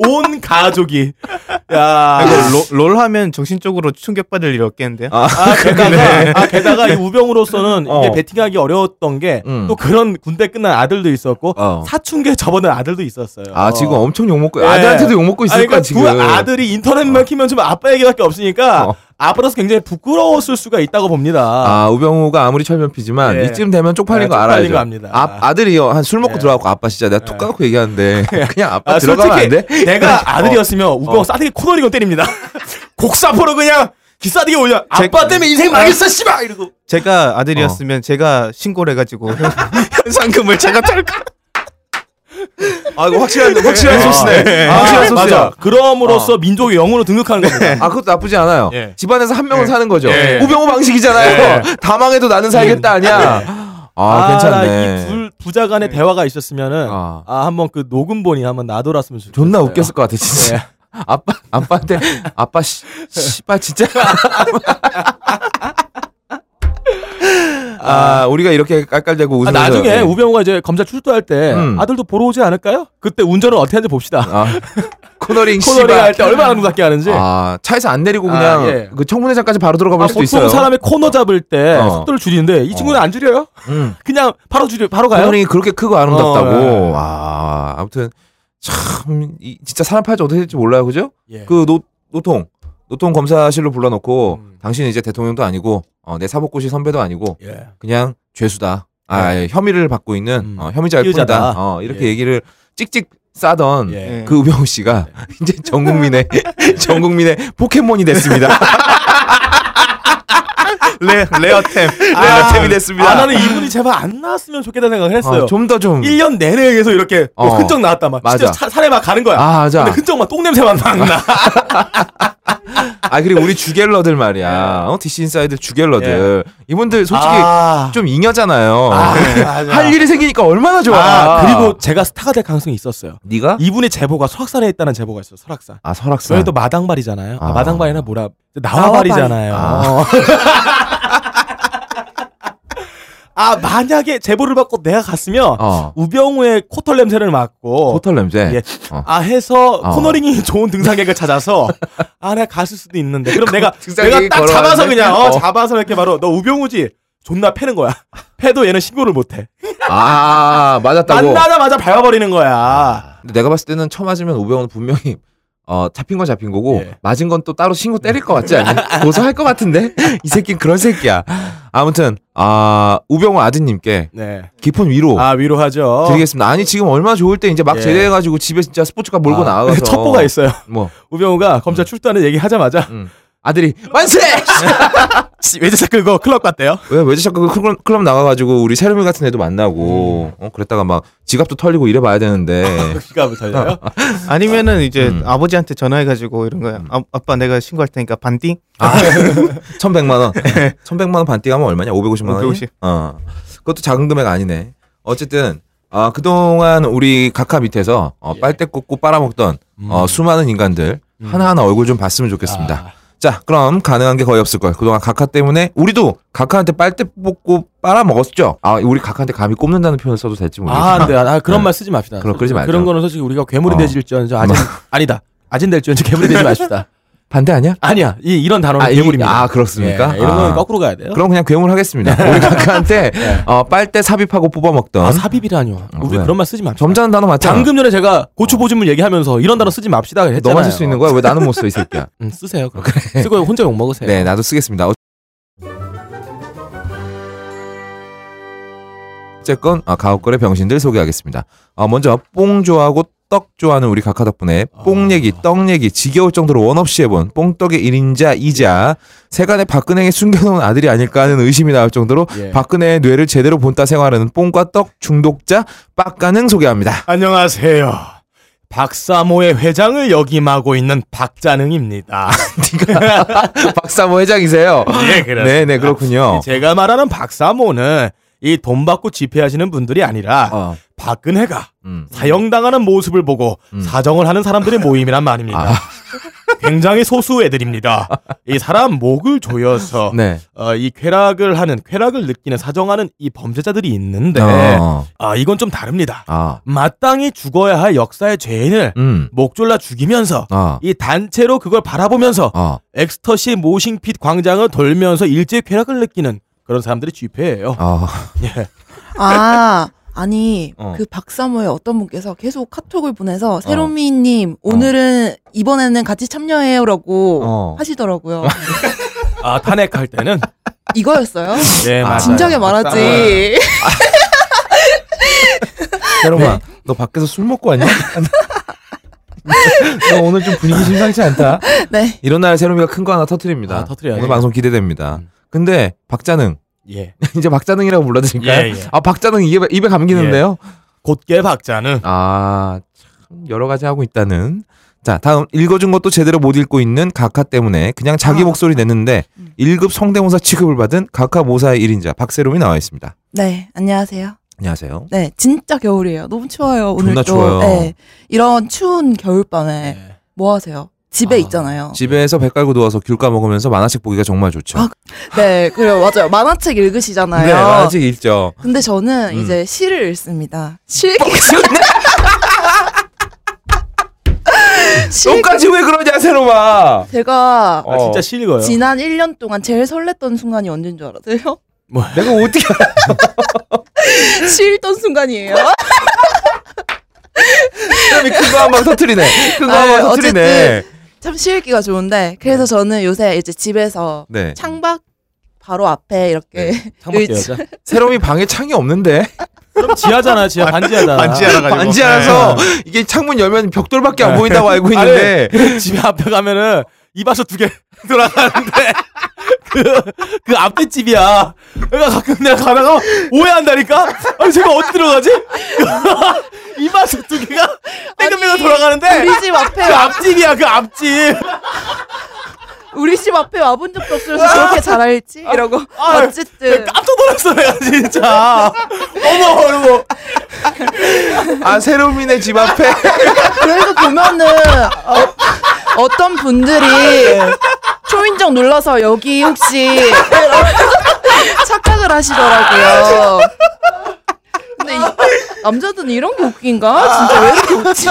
Speaker 3: 온 가족이 야
Speaker 4: 아, 롤 하면 정신적으로 충격받을 일 없겠는데요?
Speaker 3: 아, 게다가, 아, 게다가 이 우병우로서는
Speaker 2: 어.
Speaker 3: 이게 베팅하기 어려웠던 게 또
Speaker 2: 음.
Speaker 3: 그런 군대 끝난 아들도 있었고
Speaker 2: 어.
Speaker 3: 사춘기에 접어든 아들도 있었어요.
Speaker 2: 아 지금 엄청 욕먹고
Speaker 3: 예.
Speaker 2: 아들한테도 욕먹고 있을
Speaker 3: 아니,
Speaker 2: 거야
Speaker 3: 그러니까
Speaker 2: 지금
Speaker 3: 두 아들이 인터넷만 키면 지금 아빠 얘기밖에 없으니까
Speaker 2: 어.
Speaker 3: 아빠로서 굉장히 부끄러웠을 수가 있다고 봅니다.
Speaker 2: 아 우병우가 아무리 철면피지만
Speaker 3: 예.
Speaker 2: 이쯤 되면 쪽팔린
Speaker 3: 예,
Speaker 2: 거
Speaker 3: 쪽팔린
Speaker 2: 알아야죠
Speaker 3: 거 압니다.
Speaker 2: 아, 아들이요 한 술 먹고
Speaker 3: 예.
Speaker 2: 들어가고 아빠 진짜 내가 톡
Speaker 3: 예.
Speaker 2: 까놓고 얘기하는데 그냥 아빠 들어가면 어. 안 돼?
Speaker 3: 내가 아들이었으면 우병우 싸대기 코너링을 때립니다. 곡사포로 그냥 기싸대기 올려. 아빠 때문에 인생 망했어 씨발 이러고.
Speaker 4: 제가 아들이었으면 제가 신고를 해가지고
Speaker 2: 현상금을 제가 탈까 아 이거 확실한 확실한
Speaker 3: 아,
Speaker 2: 소스네
Speaker 3: 예.
Speaker 2: 아, 어. 확실한
Speaker 3: 아,
Speaker 2: 소스야
Speaker 3: 맞아. 그럼으로써 민족의 영웅으로 등극하는 겁니다.
Speaker 2: 아 그것도 나쁘지 않아요.
Speaker 3: 예.
Speaker 2: 집안에서 한 명은 사는 거죠.
Speaker 3: 예.
Speaker 2: 우병우 방식이잖아요. 다 망해도 나는 살겠다 아니야. 아,
Speaker 3: 나이
Speaker 2: 괜찮네. 음.
Speaker 3: 불- 부자 간의 대화가 있었으면은
Speaker 2: 아.
Speaker 3: 아, 한번 그 녹음본이 한번 놔돌았으면 좋겠어요. 예.
Speaker 2: 존나 웃겼을 것 같아 진짜. 아빠 아빠한테 아빠 씨 씨발 진짜. 아 우리가 이렇게 깔깔대고
Speaker 3: 아,
Speaker 2: 웃으면서
Speaker 3: 나중에
Speaker 2: 예.
Speaker 3: 우병우가 이제 검찰 출두할 때
Speaker 2: 음.
Speaker 3: 아들도 보러 오지 않을까요? 그때 운전을 어떻게 하는지 봅시다.
Speaker 2: 아, 코너링
Speaker 3: 코너링
Speaker 2: 씨발.
Speaker 3: 할때 얼마나 무섭게 하는지. 아,
Speaker 2: 아 차에서 안 내리고
Speaker 3: 아,
Speaker 2: 그냥
Speaker 3: 예.
Speaker 2: 그 청문회장까지 바로 들어가 볼 수도
Speaker 3: 아, 보통
Speaker 2: 있어요.
Speaker 3: 사람의 코너 잡을 때
Speaker 2: 어.
Speaker 3: 속도를 줄이는데 이 친구는 안 줄여요?
Speaker 2: 음.
Speaker 3: 그냥 바로 줄여 바로 가요.
Speaker 2: 코너링이 그렇게 크고 아름답다고.
Speaker 3: 어, 예.
Speaker 2: 아 아무튼 참 이- 진짜 사람 팔자 어떻게 될지 몰라요, 그죠?
Speaker 3: 예.
Speaker 2: 그 노, 노통 노통 검사실로 불러놓고
Speaker 3: 음.
Speaker 2: 당신은 이제 대통령도 아니고 어, 내 사법고시 선배도 아니고
Speaker 3: 예.
Speaker 2: 그냥 죄수다 아 예, 혐의를 받고 있는
Speaker 3: 네. 음.
Speaker 2: 어, 혐의자일
Speaker 3: 피의자다.
Speaker 2: 뿐이다 어, 이렇게
Speaker 3: 예.
Speaker 2: 얘기를 찍찍 싸던
Speaker 3: 예.
Speaker 4: 예.
Speaker 2: 그 우병우 씨가 이제 전 국민의 전 국민의 포켓몬이 됐습니다
Speaker 4: 레, 레어템
Speaker 2: 레아템이 됐습니다
Speaker 3: 아, 나는 이분이 제발 안 나왔으면 좋겠다는 생각을 했어요.
Speaker 2: 좀 더좀
Speaker 3: 1년 내내 계속 이렇게 뭐
Speaker 2: 어.
Speaker 3: 흔적 나왔다 막
Speaker 2: 맞아.
Speaker 3: 진짜 차, 산에 막 가는 거야.
Speaker 2: 아,
Speaker 3: 근데
Speaker 2: 맞아.
Speaker 3: 흔적만 똥냄새만 막 나.
Speaker 2: 아, 그리고 우리 주갤러들 말이야. 어, DC 인사이드 주갤러들. 이분들 솔직히
Speaker 3: 네. 아.
Speaker 2: 좀 잉여잖아요. 네.
Speaker 3: 맞아.
Speaker 2: 할 일이 생기니까 얼마나 좋아.
Speaker 3: 아, 그리고 제가 스타가 될 가능성이 있었어요.
Speaker 2: 네가
Speaker 3: 이분의 제보가 설악산에 있다는 제보가 있어요. 설악산.
Speaker 2: 아, 설악산.
Speaker 3: 저희 또 마당발이잖아요. 아,
Speaker 2: 아.
Speaker 3: 마당발이나 뭐라 나와발이잖아요.
Speaker 2: 아.
Speaker 3: 아 만약에 제보를 받고 내가 갔으면
Speaker 2: 어.
Speaker 3: 우병우의 코털 냄새를 맡고
Speaker 2: 호텔 냄새.
Speaker 3: 예.
Speaker 2: 어.
Speaker 3: 아 해서
Speaker 2: 어.
Speaker 3: 코너링이 좋은 등산객을 찾아서 아 내가 갔을 수도 있는데 그럼 내가 내가
Speaker 2: 등산객이
Speaker 3: 딱 잡아서
Speaker 2: 걸어왔네.
Speaker 3: 그냥 어,
Speaker 2: 어.
Speaker 3: 잡아서 이렇게 바로 너 우병우지 존나 패는 거야 패도 얘는 신고를 못해
Speaker 2: 아, 맞았다고.
Speaker 3: 만나자마자 밟아버리는 거야
Speaker 2: 근데 내가 봤을 때는 처 맞으면 우병우는 분명히 어, 잡힌 건 잡힌 거고
Speaker 3: 예.
Speaker 2: 맞은 건 또 따로 신고 때릴 것 같지 않니? 고소할 것 같은데 이 새끼는 그런 새끼야. 아무튼 아 우병우 아드님께
Speaker 3: 네아
Speaker 2: 깊은 위로
Speaker 3: 위로하죠
Speaker 2: 드리겠습니다. 아니 지금 얼마 나 좋을 때 이제 막
Speaker 3: 어. 예.
Speaker 2: 제대해가지고 집에 진짜 스포츠카 몰고
Speaker 3: 아,
Speaker 2: 나가서
Speaker 3: 첩보가 있어요
Speaker 2: 뭐
Speaker 3: 우병우가 검찰 출두하는 얘기 하자마자
Speaker 2: 음. 아들이 만세!
Speaker 3: 씨, 외제차 끌고 클럽 갔대요
Speaker 2: 왜 외제 자꾸 클럽, 클럽 나가가지고 우리 세르미 같은 애도 만나고
Speaker 3: 음.
Speaker 2: 어, 그랬다가 막 지갑도 털리고 이래봐야 되는데
Speaker 3: 기가 털려요
Speaker 2: 어,
Speaker 4: 아니면은 이제
Speaker 2: 음.
Speaker 4: 아버지한테 전화해가지고 이런 거야 아, 아빠 내가 신고할 테니까 반띵
Speaker 2: 아, 예. 1100만 원. 1100만 원 반띠 가면 얼마냐? 550만 원.
Speaker 4: 550.
Speaker 2: 어. 그것도 작은 금액 아니네. 어쨌든 아, 그동안 우리 각하 밑에서 어, 빨대 꽂고 빨아먹던 어, 수많은 인간들 하나하나 얼굴 좀 봤으면 좋겠습니다. 자, 그럼 가능한 게 거의 없을 걸. 그동안 각하 때문에 우리도 각하한테 빨대 뽑고 빨아먹었죠. 아, 우리 각하한테 감히 꼽는다는 표현을 써도 될지 모르겠어.
Speaker 3: 아, 안 돼. 아, 그런
Speaker 2: 네.
Speaker 3: 말 쓰지 맙시다.
Speaker 2: 그럼 그러지 말자.
Speaker 3: 그런 거는 솔직히 우리가 괴물이
Speaker 2: 어.
Speaker 3: 되질지언정 아진 아니다. 아진 될지언정 괴물이 되지 맙시다.
Speaker 2: 반대 아니야?
Speaker 3: 아니야. 이 이런 단어는
Speaker 2: 아, 이-
Speaker 3: 괴물입니다.
Speaker 2: 아, 그렇습니까?
Speaker 3: 예, 이런 거는
Speaker 2: 아.
Speaker 3: 거꾸로 가야 돼요.
Speaker 2: 그럼 그냥 괴물 하겠습니다. 우리 각하한테 어, 빨대 삽입하고 뽑아먹던
Speaker 3: 아, 삽입이라뇨. 우리
Speaker 2: 왜?
Speaker 3: 그런 말 쓰지 맙시다.
Speaker 2: 점잖은 단어 맞잖아.
Speaker 3: 방금 전에 제가 고추 보증물 얘기하면서 이런 단어 쓰지 맙시다 했잖아요.
Speaker 2: 너만 쓸 수 있는 거야? 왜 나는 못 써, 이 새끼야?
Speaker 3: 음, 쓰세요. 그럼. 쓰고 혼자 욕 먹으세요.
Speaker 2: 네, 나도 쓰겠습니다. 어- 어쨌건 아, 가옥걸의 병신들 소개하겠습니다. 아, 먼저 뽕 좋아하고 떡 좋아하는 우리 각하 덕분에
Speaker 3: 아.
Speaker 2: 뽕 얘기, 떡 얘기 지겨울 정도로 원 없이 해본 뽕떡의 1인자이자 세간의 박근혜에 숨겨놓은 아들이 아닐까 하는 의심이 나올 정도로
Speaker 3: 예.
Speaker 2: 박근혜의 뇌를 제대로 본따 생활하는 뽕과 떡 중독자 빡가능 소개합니다.
Speaker 3: 안녕하세요. 박사모의 회장을 역임하고 있는 박자능입니다.
Speaker 2: 박사모 회장이세요.
Speaker 3: 예, 그렇습니다.
Speaker 2: 네네 네, 그렇군요.
Speaker 3: 제가 말하는 박사모는 이 돈 받고 집회하시는 분들이 아니라
Speaker 2: 어.
Speaker 3: 박근혜가
Speaker 2: 음.
Speaker 3: 사형당하는 모습을 보고
Speaker 2: 음.
Speaker 3: 사정을 하는 사람들의 모임이란 말입니다.
Speaker 2: 아.
Speaker 3: 굉장히 소수 애들입니다. 이 사람 목을 조여서
Speaker 2: 네.
Speaker 3: 어, 이 쾌락을 하는 쾌락을 느끼는 사정하는 이 범죄자들이 있는데
Speaker 2: 어.
Speaker 3: 아 이건 좀 다릅니다.
Speaker 2: 아.
Speaker 3: 마땅히 죽어야 할 역사의 죄인을
Speaker 2: 음.
Speaker 3: 목졸라 죽이면서
Speaker 2: 아.
Speaker 3: 이 단체로 그걸 바라보면서
Speaker 2: 아.
Speaker 3: 엑스터시 모싱핏 광장을 돌면서 일제의 쾌락을 느끼는 그런 사람들이 집회예요.
Speaker 2: 아.
Speaker 3: 예.
Speaker 1: 아 아니
Speaker 2: 어.
Speaker 1: 그 박사모의 어떤 분께서 계속 카톡을 보내서 세로미님 오늘은 이번에는 같이 참여해요라고
Speaker 2: 어.
Speaker 1: 하시더라고요.
Speaker 3: 아 탄핵할 때는
Speaker 1: 이거였어요?
Speaker 3: 예, 맞아요.
Speaker 1: 진작에 말하지.
Speaker 2: 새로만. 너 밖에서 술 먹고 왔냐? 너 오늘 좀 분위기 심상치 않다.
Speaker 1: 네.
Speaker 2: 이런 날 새로미가 큰 거 하나 터트립니다.
Speaker 3: 아, 터뜨려야지.
Speaker 2: 오늘 방송 기대됩니다.
Speaker 3: 음.
Speaker 2: 근데 박자능
Speaker 3: 예.
Speaker 2: 이제 박자능이라고 불러드릴까요?
Speaker 3: 예, 예.
Speaker 2: 아 박자능 입에, 입에 감기는데요.
Speaker 3: 곧게 박자는
Speaker 2: 아, 참 여러 가지 하고 있다는. 자, 다음 읽어준 것도 제대로 못 읽고 있는 가카 때문에 그냥 자기
Speaker 1: 아.
Speaker 2: 목소리 냈는데
Speaker 1: 음.
Speaker 2: 1급 성대모사 취급을 받은 가카 모사의 1인자 박세롬이 나와 있습니다.
Speaker 1: 네 안녕하세요.
Speaker 2: 안녕하세요.
Speaker 1: 네 진짜 겨울이에요. 너무 추워요 오늘도.
Speaker 2: 추워요.
Speaker 1: 네 이런 추운 겨울밤에
Speaker 3: 예.
Speaker 1: 뭐 하세요? 집에
Speaker 3: 아,
Speaker 1: 있잖아요.
Speaker 2: 집에서 배 깔고 누워서 귤 까먹으면서 만화책 보기가 정말 좋죠.
Speaker 1: 어. 아, 네 그래요 맞아요 만화책 읽으시잖아요.
Speaker 2: 네, 만화책 읽죠.
Speaker 1: 근데 저는
Speaker 2: 음.
Speaker 1: 이제 시를 읽습니다. 실 실
Speaker 2: 똥까지 왜 그러냐, 세롬아!
Speaker 1: 제가
Speaker 3: 아,
Speaker 2: 어.
Speaker 3: 진짜 실거요.
Speaker 1: 지난 1년 동안 제일 설렜던 순간이 언제인 줄 알아요?
Speaker 2: 내가 어떻게 알아?
Speaker 1: 시 읽던 순간이에요.
Speaker 2: 세롬이 큰거 한 방 터트리네. 큰 거 한 방
Speaker 1: 아유,
Speaker 2: 터트리네.
Speaker 1: 참 시 읽기가 좋은데 그래서 저는 요새 이제 집에서
Speaker 2: 네.
Speaker 1: 창밖 바로 앞에 이렇게
Speaker 3: 창밖에
Speaker 1: 의자.
Speaker 3: 여자.
Speaker 2: 세롬이 방에 창이 없는데.
Speaker 3: 그럼 그러니까 지하잖아, 지하 반지하잖아.
Speaker 4: 반지 하나 가지고.
Speaker 2: 반지 알아서 이게 창문 열면 벽돌밖에 안 보인다고 알고 있는데.
Speaker 3: 아니, 집에 앞에 가면은 이발소 두 개 돌아가는데 그, 그 앞에 집이야. 내가 가끔 그냥 가다가 오해한다니까? 아니, 제가 어디 들어가지? 이발소 두 개가 빼글빼글
Speaker 1: 아니,
Speaker 3: 돌아가는데
Speaker 1: 우리 집 앞에
Speaker 3: 그
Speaker 1: 와-
Speaker 3: 앞집이야, 그 앞집.
Speaker 1: 우리 집 앞에 와본 적도 없으면서 그렇게 잘 알지? 이러고
Speaker 3: 아. 아유,
Speaker 1: 어쨌든
Speaker 3: 깜짝 놀랐어, 내가 진짜. 어머, 어머.
Speaker 2: 아, 세롬이네 집 앞에.
Speaker 1: 그래서 보면은 어, 어떤 분들이 초인종 눌러서 여기 혹시 이러면서 착각을 하시더라고요. 근데 이, 남자들은 이런 게 웃긴가? 진짜 왜 이렇게 웃지?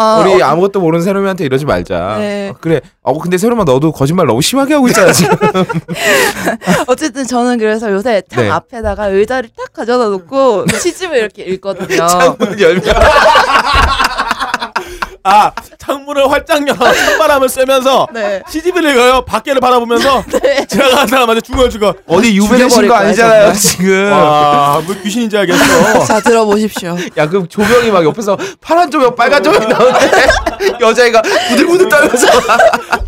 Speaker 1: 아,
Speaker 2: 우리
Speaker 1: 어,
Speaker 2: 아무것도 모르는 세롬이한테 이러지 말자.
Speaker 1: 네.
Speaker 2: 아, 그래. 아, 근데 세롬아 너도 거짓말 너무 심하게 하고 있잖아, 지금.
Speaker 1: 어쨌든 저는 그래서 요새 창
Speaker 2: 네.
Speaker 1: 앞에다가 의자를 딱 가져다 놓고 시집을 이렇게 읽거든요.
Speaker 2: 창문 열면.
Speaker 3: 아, 창문을 활짝 열어 찬바람을 쐬면서
Speaker 1: 네.
Speaker 3: 시집을 읽어요. 밖에를 바라보면서 지나가는 사람한테 중얼중얼.
Speaker 2: 어디 유배되신
Speaker 1: 죽여버릴
Speaker 2: 거
Speaker 1: 거야,
Speaker 2: 아니잖아요,
Speaker 1: 정말.
Speaker 2: 지금.
Speaker 3: 와, 뭐 귀신인지 알겠어.
Speaker 1: 자 들어보십시오.
Speaker 2: 야, 그럼 조명이 막 옆에서 파란 조명, 빨간 조명이 나오는데 여자애가 부들부들 떨면서.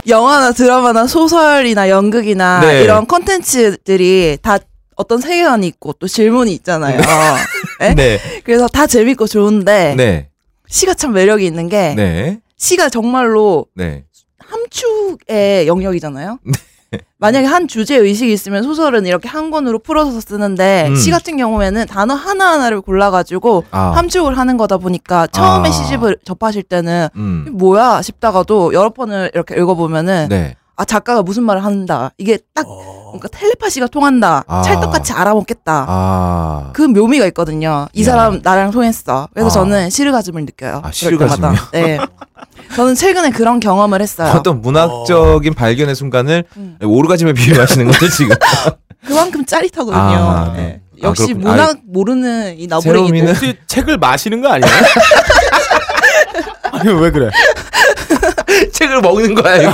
Speaker 1: 영화나 드라마나 소설이나 연극이나
Speaker 2: 네.
Speaker 1: 이런 컨텐츠들이 다 어떤 세계관이 있고 또 질문이 있잖아요. 네?
Speaker 2: 네.
Speaker 1: 그래서 다 재밌고 좋은데
Speaker 2: 네.
Speaker 1: 시가 참 매력이 있는 게
Speaker 2: 네.
Speaker 1: 시가 정말로
Speaker 2: 네.
Speaker 1: 함축의 영역이잖아요. 만약에 한 주제 의식이 있으면 소설은 이렇게 한 권으로 풀어서 쓰는데
Speaker 2: 음.
Speaker 1: 시 같은 경우에는 단어 하나하나를 골라가지고
Speaker 2: 아.
Speaker 1: 함축을 하는 거다 보니까 처음에
Speaker 2: 아.
Speaker 1: 시집을 접하실 때는
Speaker 2: 음.
Speaker 1: 뭐야 싶다가도 여러 번을 이렇게 읽어보면은
Speaker 2: 네. 어.
Speaker 1: 아 작가가 무슨 말을 한다 이게 딱 뭔가 텔레파시가 통한다
Speaker 2: 아.
Speaker 1: 찰떡같이 알아먹겠다
Speaker 2: 아.
Speaker 1: 그 묘미가 있거든요 이
Speaker 2: 야.
Speaker 1: 사람 나랑 통했어 그래서
Speaker 2: 아.
Speaker 1: 저는 시르가즘을 느껴요
Speaker 2: 아,
Speaker 1: 그럴 때마다.
Speaker 2: 시르가즘이요? 아,
Speaker 1: 네 저는 최근에 그런 경험을 했어요
Speaker 2: 어떤 문학적인 발견의 순간을
Speaker 1: 아. 음.
Speaker 2: 오르가즘에 비유하시는 거죠 지금.
Speaker 1: 그만큼 짜릿하거든요
Speaker 2: 아.
Speaker 1: 네.
Speaker 2: 아,
Speaker 1: 역시
Speaker 2: 그렇군요.
Speaker 1: 문학 모르는 이 나부랭이들
Speaker 2: 새로미는-
Speaker 3: 혹시 책을 마시는 거 아니야? 아니 왜 그래?
Speaker 2: 책을 먹는 거야 이거?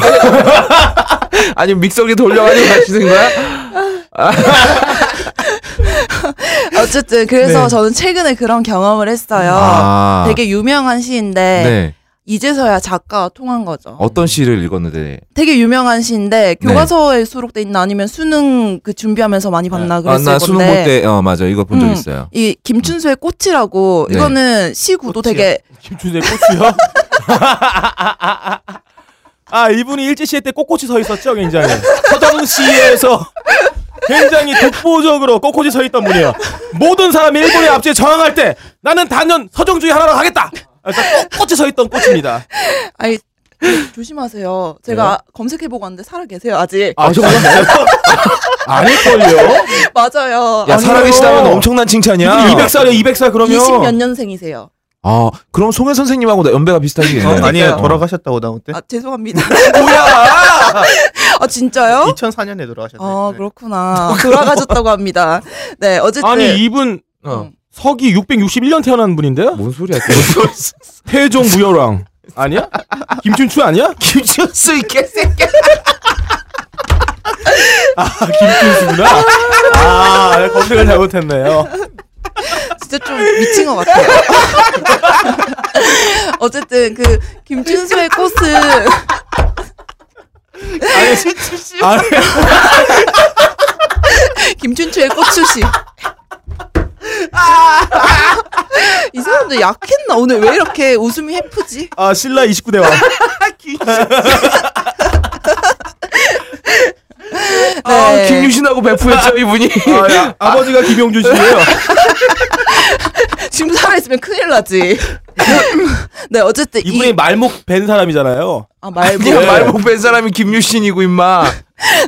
Speaker 2: 아니면 믹서기 돌려가지고 마시는 거야?
Speaker 1: 어쨌든 그래서
Speaker 2: 네.
Speaker 1: 저는 최근에 그런 경험을 했어요
Speaker 2: 아.
Speaker 1: 되게 유명한 시인데
Speaker 2: 네.
Speaker 1: 이제서야 작가와 통한 거죠
Speaker 2: 어떤 시를 읽었는데?
Speaker 1: 되게 유명한 시인데 교과서에 수록돼 있나 아니면 수능 그 준비하면서 많이 봤나
Speaker 2: 아,
Speaker 1: 그랬을
Speaker 2: 나 수능
Speaker 1: 건데
Speaker 2: 볼 때 어 맞아 이거 본 적
Speaker 1: 음.
Speaker 2: 있어요.
Speaker 1: 이 김춘수의 꽃이라고
Speaker 2: 네.
Speaker 1: 이거는 시구도
Speaker 3: 꽃이요?
Speaker 1: 되게
Speaker 3: 김춘수의 꽃이요? 아 이분이 일제시대 때 꽃꽃이 서 있었죠 굉장히 서정시에서 굉장히 독보적으로 꼿꼿이 서 있던 분이에요. 모든 사람이 일본의 압제에 저항할 때 나는 단연 서정주의 하나로 가겠다. 그래서 꼿꼿이 서 있던 꽃입니다.
Speaker 1: 아니 조심하세요. 제가 검색해보고 왔는데 살아계세요 아직.
Speaker 2: 아, 정말? 아닐걸요?
Speaker 1: 맞아요.
Speaker 2: 야, 살아계시다면 엄청난 칭찬이야.
Speaker 3: 200살이요, 200살 그러면.
Speaker 1: 20몇 년생이세요.
Speaker 2: 아, 그럼 송혜 선생님하고 나 연배가 비슷하게.
Speaker 4: 어,
Speaker 2: 네
Speaker 4: 아니에요 돌아가셨다고 나올 때
Speaker 1: 아 죄송합니다.
Speaker 2: 뭐야!
Speaker 1: 아 진짜요?
Speaker 4: 2004년에 돌아가셨네.
Speaker 1: 아
Speaker 4: 네.
Speaker 1: 그렇구나. 돌아가셨다고 합니다. 네 어쨌든
Speaker 3: 아니 이분
Speaker 2: 어. 아,
Speaker 3: 서기 661년 태어난 분인데요.
Speaker 2: 뭔 소리야?
Speaker 3: 태종 무열왕 아니야? 김춘추 아니야?
Speaker 2: 김준수 이 개새끼.
Speaker 3: 아, 김춘추구나. 아 네, 검색을 잘못했네요.
Speaker 1: 진짜 좀 미친 것 같아요. 어쨌든 그 김춘수의 꽃은
Speaker 3: 아, 네.
Speaker 1: 김춘추의 꽃추시.
Speaker 2: 아.
Speaker 1: 이 사람들 약했나? 오늘 왜 이렇게 웃음이 헤프지?
Speaker 3: 아 신라 29대 왕.
Speaker 2: 아,
Speaker 1: 네.
Speaker 2: 김유신하고 베프였죠 이분이.
Speaker 3: 아, 야, 아버지가 김용준 씨예요.
Speaker 1: 지금 살아있으면 큰일 나지. 네, 어쨌든
Speaker 3: 이분이
Speaker 1: 이,
Speaker 3: 말목 밴 사람이잖아요.
Speaker 1: 아, 말고.
Speaker 2: 네가
Speaker 3: 네.
Speaker 2: 말못 뺀 사람이 김유신이고 임마.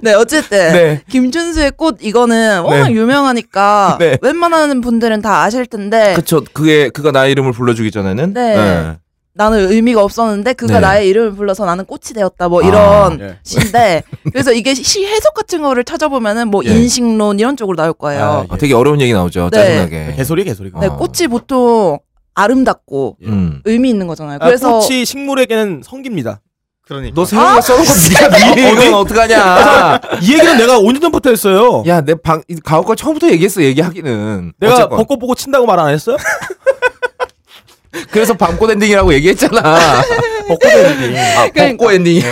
Speaker 1: 네, 어쨌든
Speaker 2: 네.
Speaker 1: 김춘수의 꽃 이거는 워낙
Speaker 2: 네.
Speaker 1: 유명하니까
Speaker 2: 네.
Speaker 1: 웬만한 분들은 다 아실 텐데
Speaker 2: 그쵸. 그게 그가 나 이름을 불러주기 전에는.
Speaker 1: 네. 나는 의미가 없었는데 그가
Speaker 2: 네.
Speaker 1: 나의 이름을 불러서 나는 꽃이 되었다 뭐
Speaker 2: 아,
Speaker 1: 이런
Speaker 3: 예.
Speaker 1: 시인데 그래서 이게 시 해석 같은 거를 찾아보면은 뭐
Speaker 2: 예.
Speaker 1: 인식론 이런 쪽으로 나올 거예요.
Speaker 2: 아, 되게 어려운 얘기 나오죠.
Speaker 1: 네.
Speaker 2: 짜증나게.
Speaker 3: 개소리 개소리. 가
Speaker 1: 네,
Speaker 2: 아.
Speaker 1: 꽃이 보통 아름답고
Speaker 2: 음.
Speaker 1: 의미 있는 거잖아요.
Speaker 3: 아,
Speaker 1: 그래서
Speaker 3: 꽃이 식물에게는 성깁니다.
Speaker 4: 그러니까
Speaker 2: 너 세상에
Speaker 1: 아!
Speaker 2: 써놓은 거 네가 미래 이건 어떡하냐.
Speaker 3: 이 얘기는 내가 5년 전부터 했어요.
Speaker 2: 야, 내 방, 이 가옥 걸 처음부터 얘기했어, 얘기하기는.
Speaker 3: 내가
Speaker 2: 어쨌건.
Speaker 3: 벚꽃 보고 친다고 말 안 했어요?
Speaker 2: 그래서 밤꽃 엔딩이라고 얘기했잖아.
Speaker 3: 벚꽃 엔딩.
Speaker 2: 아,
Speaker 1: 그러니까.
Speaker 2: 벚꽃 엔딩이.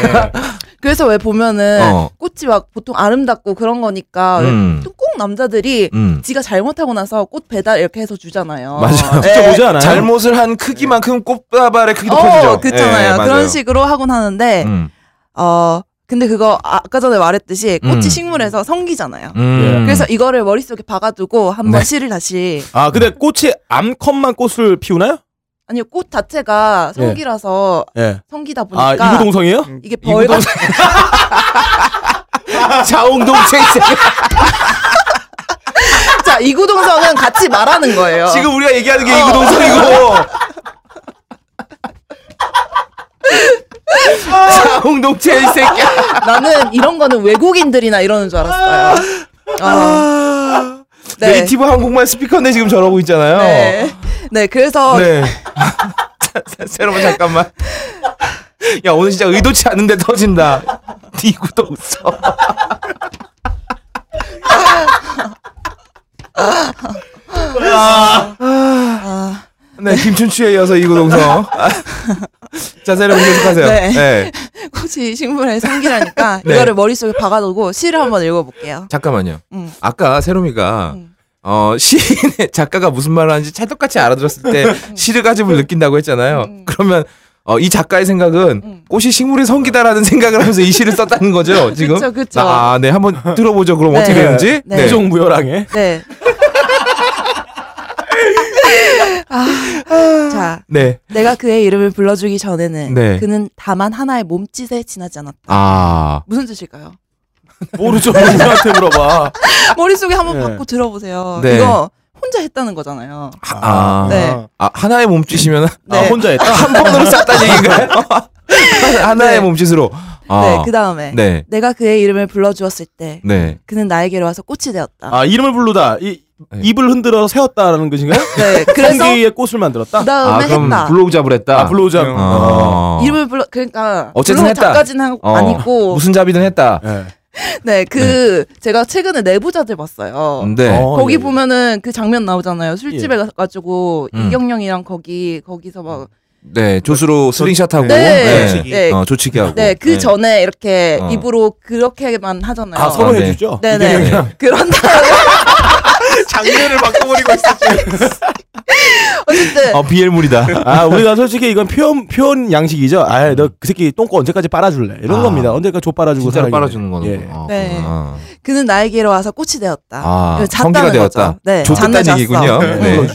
Speaker 1: 그래서 왜 보면은
Speaker 2: 어.
Speaker 1: 꽃이 막 보통 아름답고 그런 거니까
Speaker 2: 음.
Speaker 1: 또꼭 남자들이
Speaker 2: 음.
Speaker 1: 지가 잘못하고 나서 꽃 배달 이렇게 해서 주잖아요.
Speaker 2: 맞아요. 네.
Speaker 1: 네.
Speaker 3: 진짜 보지 않아요?
Speaker 2: 잘못을 한 크기만큼 꽃다발의 크기도
Speaker 1: 어,
Speaker 2: 커지죠.
Speaker 1: 그렇잖아요.
Speaker 2: 예, 맞아요.
Speaker 1: 그런 식으로 하곤 하는데
Speaker 2: 음.
Speaker 1: 어 근데 그거 아까 전에 말했듯이 꽃이
Speaker 2: 음.
Speaker 1: 식물에서 성기잖아요.
Speaker 2: 음.
Speaker 1: 네. 그래서 이거를 머릿속에 박아두고 한번
Speaker 2: 네.
Speaker 1: 시를 다시
Speaker 3: 아 근데 꽃이 암컷만 꽃을 피우나요?
Speaker 1: 아니 꽃 자체가 성기라서
Speaker 3: 예.
Speaker 1: 성기다 보니까 음,
Speaker 3: 아 이구동성이에요?
Speaker 1: 이게 벌거
Speaker 2: 자웅동체
Speaker 1: 자 이구동성은 같이 말하는 거예요.
Speaker 2: 지금 우리가 얘기하는
Speaker 1: 어.
Speaker 3: 어.
Speaker 2: 게 이구동성이고 자웅동체 이 새끼야.
Speaker 1: 나는 이런 거는 외국인들이나 이러는 줄 알았어요. 아, 네.
Speaker 2: 네이티브 한국말 스피커인데 지금 저러고 있잖아요.
Speaker 1: 네. 네, 그래서
Speaker 2: 네. 새로운 잠깐만. 야 오늘 진짜 의도치 않은데 터진다. 이구동성.
Speaker 1: 아,
Speaker 2: 네, 김춘추에 이어서 이구동성. 자, 세령 계속하세요.
Speaker 1: 네.
Speaker 2: 네.
Speaker 1: 꽃이 식물의 성기라니까
Speaker 2: 네.
Speaker 1: 이거를 머릿속에 박아두고 시를 한번 읽어볼게요.
Speaker 2: 잠깐만요.
Speaker 1: 음.
Speaker 2: 아까 세롬이가
Speaker 1: 음.
Speaker 2: 어, 시인의 작가가 무슨 말을 하는지 찰떡같이 알아들었을 때
Speaker 1: 음.
Speaker 2: 시를 가지고 느낀다고 했잖아요. 그러면 어, 이 작가의 생각은
Speaker 1: 음.
Speaker 2: 꽃이 식물의 성기다라는 생각을 하면서 이 시를 썼다는 거죠, 지금?
Speaker 1: 그쵸, 그쵸.
Speaker 2: 아, 네. 한번 들어보죠. 그럼
Speaker 1: 네.
Speaker 2: 어떻게 되는지?
Speaker 1: 네.
Speaker 2: 네.
Speaker 3: 이종무열왕에.
Speaker 1: 네. 아, 자,
Speaker 2: 네.
Speaker 1: 내가 그의 이름을 불러주기 전에는
Speaker 2: 네.
Speaker 1: 그는 다만 하나의 몸짓에 지나지 않았다.
Speaker 2: 아.
Speaker 1: 무슨 뜻일까요?
Speaker 3: 모르죠. 누구한테 물어봐.
Speaker 1: 머릿속에 한번
Speaker 3: 네.
Speaker 1: 받고 들어보세요.
Speaker 2: 네.
Speaker 1: 이거 혼자 했다는 거잖아요.
Speaker 2: 하- 아.
Speaker 1: 네.
Speaker 2: 아, 하나의 몸짓이면
Speaker 3: 아
Speaker 1: 네.
Speaker 3: 혼자 했다.
Speaker 2: 한 번으로 쌌다는 얘기인가요?
Speaker 1: 네.
Speaker 2: 하나의 몸짓으로. 아.
Speaker 1: 네, 그 다음에
Speaker 2: 네.
Speaker 1: 내가 그의 이름을 불러주었을 때
Speaker 2: 네.
Speaker 1: 그는 나에게로 와서 꽃이 되었다.
Speaker 3: 아 이름을 부르다. 이
Speaker 2: 네.
Speaker 3: 입을 흔들어 세웠다라는 것인가요?
Speaker 1: 네, 그래서
Speaker 3: 성기의 꽃을 만들었다.
Speaker 1: 그 다음에
Speaker 2: 아, 그럼
Speaker 1: 했다.
Speaker 2: 블로우잡을 했다.
Speaker 3: 아 블로우자.
Speaker 4: 어.
Speaker 2: 어.
Speaker 1: 이름을 불러 그러니까
Speaker 2: 어쨌든
Speaker 1: 물론
Speaker 2: 했다.
Speaker 1: 작가진 한,
Speaker 2: 어.
Speaker 1: 아니고
Speaker 2: 무슨 잡이든 했다.
Speaker 3: 예.
Speaker 1: 네 그 제가 최근에 내부자들 봤어요.
Speaker 2: 네.
Speaker 3: 어,
Speaker 1: 거기
Speaker 3: 예, 예.
Speaker 1: 보면은 그 장면 나오잖아요. 술집에 가가지고
Speaker 2: 예. 음.
Speaker 1: 이경영이랑 거기 거기서
Speaker 2: 네. 조수로 스링샷하고.
Speaker 1: 네.
Speaker 2: 네.
Speaker 1: 네.
Speaker 2: 어, 조치기하고.
Speaker 1: 막 네 그 전에 이렇게
Speaker 2: 어.
Speaker 1: 입으로 그렇게만 하잖아요.
Speaker 3: 아 서로
Speaker 2: 아, 네.
Speaker 3: 해주죠.
Speaker 1: 네네.
Speaker 2: 이경영.
Speaker 1: 그런 다음에
Speaker 2: 장르를 바꿔버리고 있었지.
Speaker 1: 아니, 어쨌든
Speaker 2: 어, 비엘물이다.
Speaker 3: 아, 우리가 솔직히 이건 표현 표현 양식이죠. 아, 너 그 새끼 똥꼬 언제까지 빨아줄래? 이런
Speaker 2: 아.
Speaker 3: 겁니다. 언제까지 조 빨아주고
Speaker 2: 진짜로
Speaker 3: 살아야겠네.
Speaker 2: 빨아주는 거는.
Speaker 3: 예.
Speaker 2: 어,
Speaker 1: 네.
Speaker 2: 그렇구나.
Speaker 1: 그는 나에게로 와서 꽃이 되었다.
Speaker 2: 아,
Speaker 1: 이거 잤다는
Speaker 2: 성기가
Speaker 1: 거죠.
Speaker 2: 되었다.
Speaker 1: 네,
Speaker 2: 줬다는
Speaker 1: 잠을 잤어.
Speaker 2: 얘기군요.
Speaker 1: 응.
Speaker 2: 네.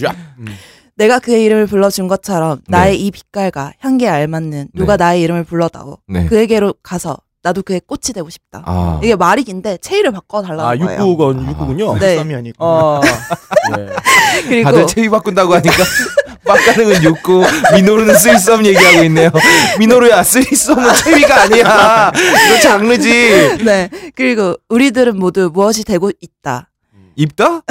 Speaker 1: 내가 그의 이름을 불러준 것처럼
Speaker 3: 네.
Speaker 1: 나의 이 빛깔과 향기에 알맞는 누가 나의 이름을 불러다오.
Speaker 2: 네.
Speaker 1: 그에게로 가서 나도 그의 꽃이 되고 싶다.
Speaker 2: 아.
Speaker 1: 이게 말이 긴데 체이를 바꿔 달라는
Speaker 3: 아,
Speaker 1: 거예요.
Speaker 3: 육구건 육구군요.
Speaker 1: 네.
Speaker 4: 썸이 아니고.
Speaker 3: 어. 예.
Speaker 1: 그리고
Speaker 2: 다들 체위 바꾼다고 하니까 빡가능은 육고 미노루는 쓰리썸 얘기하고 있네요. 미노루야 쓰리썸은 체위가 아니야. 이거 장르지.
Speaker 1: 네. 그리고 우리들은 모두 무엇이 되고 있다.
Speaker 2: 입다?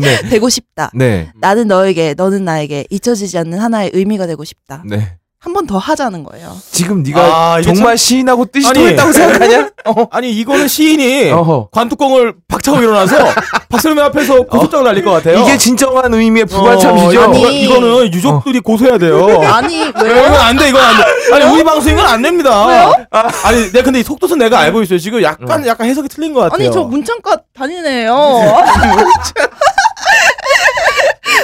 Speaker 2: 네.
Speaker 1: 되고 싶다.
Speaker 2: 네.
Speaker 1: 나는 너에게, 너는 나에게 잊혀지지 않는 하나의 의미가 되고 싶다.
Speaker 2: 네.
Speaker 1: 한 번 더 하자는 거예요.
Speaker 2: 지금 네가
Speaker 3: 아, 이게
Speaker 2: 정말 시인하고 뜻이
Speaker 3: 아니. 네.
Speaker 2: 통했다고 생각하냐?
Speaker 3: 아니 이거는 시인이
Speaker 2: 어허.
Speaker 3: 관뚜껑을 박차고 일어나서 박설명 앞에서 고소장을 날릴 것 같아요. 어,
Speaker 2: 이게 진정한 의미의 부가참시죠? 어.
Speaker 1: 아니.
Speaker 3: 이거, 는 유족들이 고소해야 돼요.
Speaker 1: 아니 왜요?
Speaker 3: 어. 이건 안 돼, 이건 안 돼. 아니, 우리 방송인은 안 됩니다. 아, 아니, 내가 근데 이 속도선 내가 알고 있어요. 지금 약간, 약간 해석이 틀린 것 같아요.
Speaker 1: 아니 저 문창과 다니는 애예요.